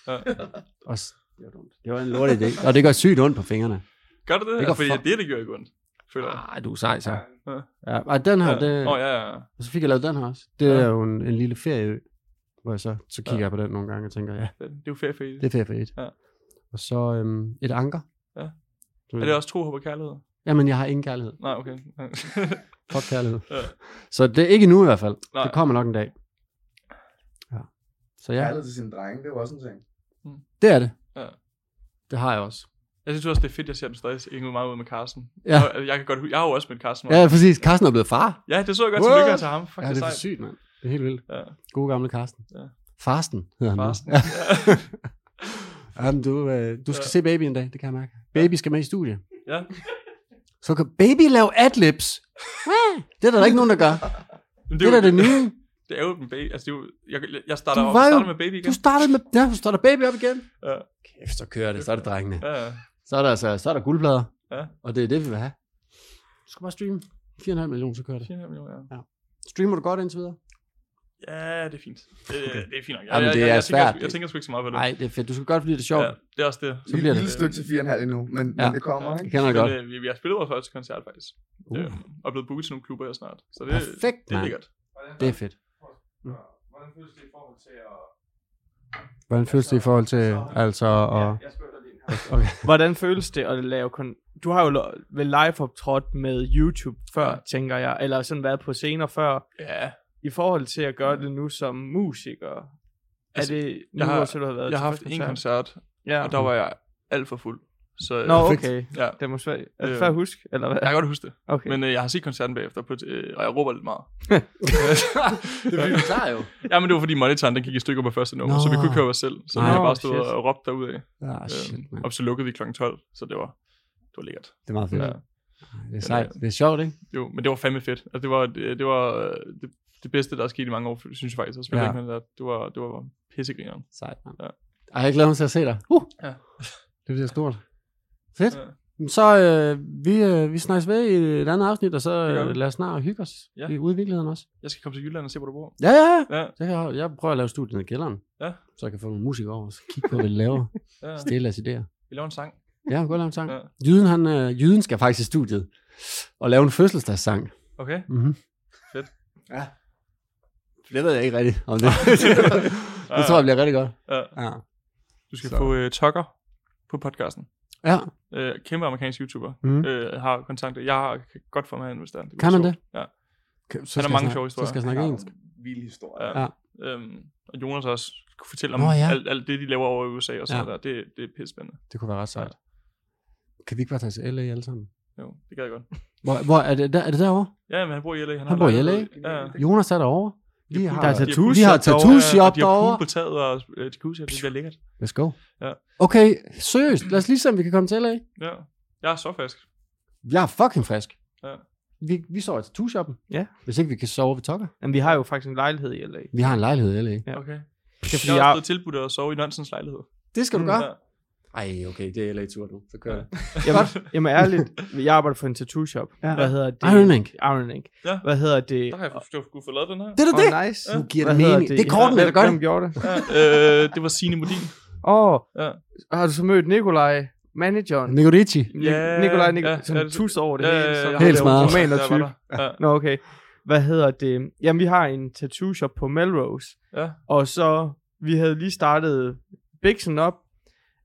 Ja. Og s- det var dumt. Det var en lort idé. Og det gør sygt ondt på fingrene. Gør du det? Det det går Fordi for- det, det gør ikke ondt. Føler jeg. Ah, du er sej, så. Ja. Ja, og den her, ja. det, Åh, ja, ja. ja. og så fik jeg lavet den her også. Det Ja. ja. er jo en, en lille ferieø, hvor jeg så, så kigger Ja. ja. jeg på den nogle gange og tænker, ja, Det det er jo fair fade. det er ferie for et. Ja. Og så øhm, et anker. Ja. Du, Er det også tro, håb og kærlighed? Jamen, jeg har ingen kærlighed. Nej, okay. <laughs> Fuck kærlighed. Ja. Så det er ikke nu i hvert fald. Nej. Nej. Det kommer nok en dag. Ja. Så ja, Kærlighed til sine drenge, det er jo også en ting. det er det. Ja. Det har jeg også. jeg synes også, det er fedt, jeg ser dem stadig hænge ud meget ud med Carsten. Ja. Og, altså, Jeg, kan godt, hu- jeg har jo også mødt Carsten. Ja, præcis. Carsten er blevet far. ja, det så jeg godt. What? Tillykke til ham. Fuck, Ja, det det er er for sejt. sygt, mand. Det er helt vildt. Ja. Gode gamle Carsten. Ja. Farsten hedder han nu. Carsten. Ja. <laughs> Jamen, du, øh, du skal ja. Ja. se baby en dag, det kan jeg mærke. Baby skal med i studiet. ja. Så kan baby lave adlibs. Ah, Det er der da ikke nogen, der <laughs> gør. Men Det er jo- da det nye. Det er jo den baby. Altså, det er jo, jeg, jeg starter, Du op, var jeg jo- starter med baby igen. Du startede med, ja, så starter baby op igen. Ja. Kæft, så kører det. Så er det drengene. Ja, ja. Så er der, altså, så er der guldplader. Ja. Og det er det, vi vil have. Du skal bare streame. 4,5 millioner, så kører det. 4,5 millioner, ja. Streamer du godt indtil videre? Ja, det er fint. Det, okay. det er fint nok. Jeg, Jamen, jeg, det jeg, er jeg, tænker, svært. sgu- jeg tænker sgu ikke så meget på det. Nej, det er fedt. Du skal godt, fordi det er sjovt. Ja, det er også det. Så bliver det. Et lille stykke til 4,5 endnu, men, ja. men det kommer, Ja. Det ikke? kender jeg Men, godt. øh, vi, vi har spillet vores første koncert, faktisk. Uh. Øh, og blevet booket til nogle klubber her snart. Så det, Perfekt, det er mand. lækkert. Det er fedt. Hvordan føles det i forhold til at... Hvordan føles det i forhold til, altså, og... Jeg spørger lige <laughs> Okay. Hvordan føles det at lave kun... Du har jo lo- vel live optrådt med YouTube før, Ja. ja. tænker jeg, eller sådan været på scener før. Ja, I forhold til at gøre det nu som musiker, er Altså, det nu, jeg har- hvor du har været jeg har til haft en koncert? koncert, Ja. og der var jeg alt for fuld. Så, øh, <laughs> Nå, Perfekt. okay. ja. Det må svært, er Øh. det svært at huske, eller hvad? Jeg kan godt huske det. Okay. Men øh, jeg har set koncerten bagefter, på et, øh, og jeg råber lidt meget. det bliver vi klar jo. Ja, men det var fordi monitoren, den gik i stykker på første nummer, så vi Nå. kunne ikke høre os selv. Så vi Nej. har bare Nå, stået shit. og råbt derudad. <laughs> Ah, shit, Øhm, man. og så lukkede vi kl. 12, så det var, det var lækkert. Det er meget fedt. Ja. Det er sejt. Det er sjovt, ikke? Jo, men det var fandme fedt. Altså, det var det, det, var, øh, det, det bedste, der er sket i mange år, synes jeg faktisk. At spille Ja. ja. der. Det var, det var pissegrineren. Sejt, mand. Ja. Ej, jeg glæder mig til at se dig. Uh. Ja. Det bliver stort. Fedt. Ja. Jamen, Så øh, vi, øh, vi snakkes ved i et andet afsnit, og så Det gør vi. øh, lad os snart hygge os Ja. ja. i ude i virkeligheden også. Jeg skal komme til Jylland og se, hvor du bor. Ja, ja, ja. Ja, Det her, jeg prøver at lave studiet i kælderen, Ja. så jeg kan få nogle musikere over og så kigge på, hvad de laver. ja. Stille deres idéer. Vi laver en sang. Ja, vi kan godt lave en sang. Ja. Jyden, han, øh, Jyden skal faktisk i studiet og lave en fødselsdagssang. Okay. Mm-hmm. Fedt. Ja. Det ved jeg ikke rigtigt om det. <laughs> det tror jeg bliver rigtig godt. Ja. Ja. Du skal Så. så. få uh, Tucker på podcasten. ja. Uh, kæmpe amerikansk YouTuber. Mm. Mm. Uh, har kontakter. Jeg har, kan godt få med ham, hvis det er. Det Kan kunne man være sjovt. Okay, Han har mange sjove historier. Så skal jeg snakke engelsk. Vild historie. Ja. Ja. ja. Øhm, og Jonas har også kunne fortælle om Nå, Nå, ja. ja. alt, alt, det, de laver over i USA og sådan Ja. ja. der. Det, det er pissespændende. Det kunne være ret sejt. Kan vi ikke bare tage til LA alle sammen? Jo, det gad jeg godt. Hvor, hvor er, det der, er det derovre? Ja, men han bor i LA. Han, Han bor i lejlighed. LA? Ja. Jonas er derovre. De har, Der er tattoo de har shop tattoo ja, shop og de har pool derovre. på taget og øh, jacuzzi, og det bliver lækkert. Let's go. Ja. Okay, seriøst. Lad os lige se, om vi kan komme til LA. Ja. Jeg er så frisk. Jeg er fucking frisk. Ja. Vi, vi sover i tattoo shoppen. Ja. Hvis ikke vi kan sove ved Tucker. Men vi har jo faktisk en lejlighed i LA. Vi har en lejlighed i LA. Ja. Okay. Det er fordi, Jeg har også jeg, blevet tilbudt at sove i Nonsens lejlighed. Det skal du Mm, gøre. Ja. Ej, okay, det er LA-tur nu. Så kører Ja. jeg. jamen, jamen <laughs> ærligt, jeg arbejder for en tattoo shop. Ja. Hvad hedder det? Iron Ink. Iron Ink. Ja. Hvad hedder det? Der har jeg forstået, at kunne få lavet den her. Det er da det. Oh, nice. Nu giver det Hvad hedder mening. Det er kortene, Ja, der gør det. hvem gjorde det. Ja, øh, det var Signe Modin. Åh, Ja. har du så mødt Nikolaj, manageren? Nicodici. Ni- Ja, Nikolaj, Nik- ja, som ja, det- tus over det Ja, hele. ja, ja, sådan ja. Helt smadret. Ja, Romaner der var type. der. Ja, Nå, okay. Hvad hedder det? Jamen, vi har en tattoo shop på Melrose. ja. Og så, vi havde lige startet Bixen op,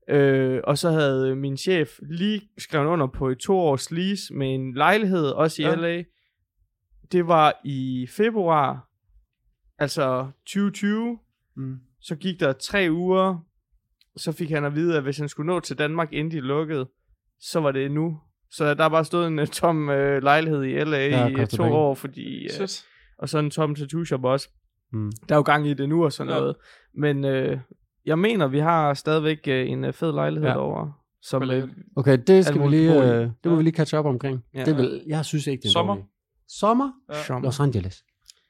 øh, og så havde min chef lige skrevet under på et to års lease med en lejlighed, også i ja. Ja. LA. Det var i februar, altså 2020. Mm. Så gik der tre uger, så fik han at vide, at hvis han skulle nå til Danmark, inden de lukkede, så var det nu. Så der har bare stået en øh, tom øh, lejlighed i LA Ja, i øh, koster to penge. år, fordi... Øh, Shit. og så en tom tattoo shop også. Mm. Der er jo gang i det nu og sådan Ja. noget. Men øh, jeg mener, vi har stadigvæk øh, en øh, fed lejlighed Ja. ja. derovre. Som, øh, Okay, det skal vi muligt lige, beboeligt. øh, det må vi lige catch up omkring. Ja. Det vil, jeg synes ikke, det er en Sommer. dårlig idé. Sommer, Ja. som- Los Angeles.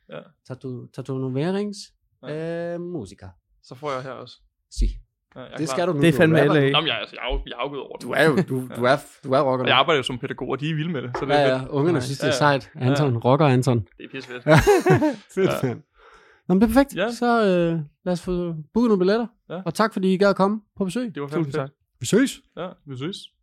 Ja. Tattoo, tatoverings, Ja. øh, musiker. Så får jeg her også. Si. Ja, jeg Det klar. skal du nu. det er du fandme rapper. LA. Nå, men jeg, jeg, er jo- jeg er afgået over det. Du er jo, du, du er, du er rocker. Og jeg arbejder jo som pædagog, og de er vilde med det. Så det Ja, er ja, fedt. ungerne Nej. synes, det er Ja, ja. sejt. Anton, rocker Anton. Det er pissefedt. Fedt, Ja. mand. Nå, men det er perfekt. Ja. Så øh, lad os få booket nogle billetter. Ja. Og tak, fordi I gad at komme på besøg. <laughs> Det var fandme Tusind fedt. tak. Vi ses. Ja, vi ses.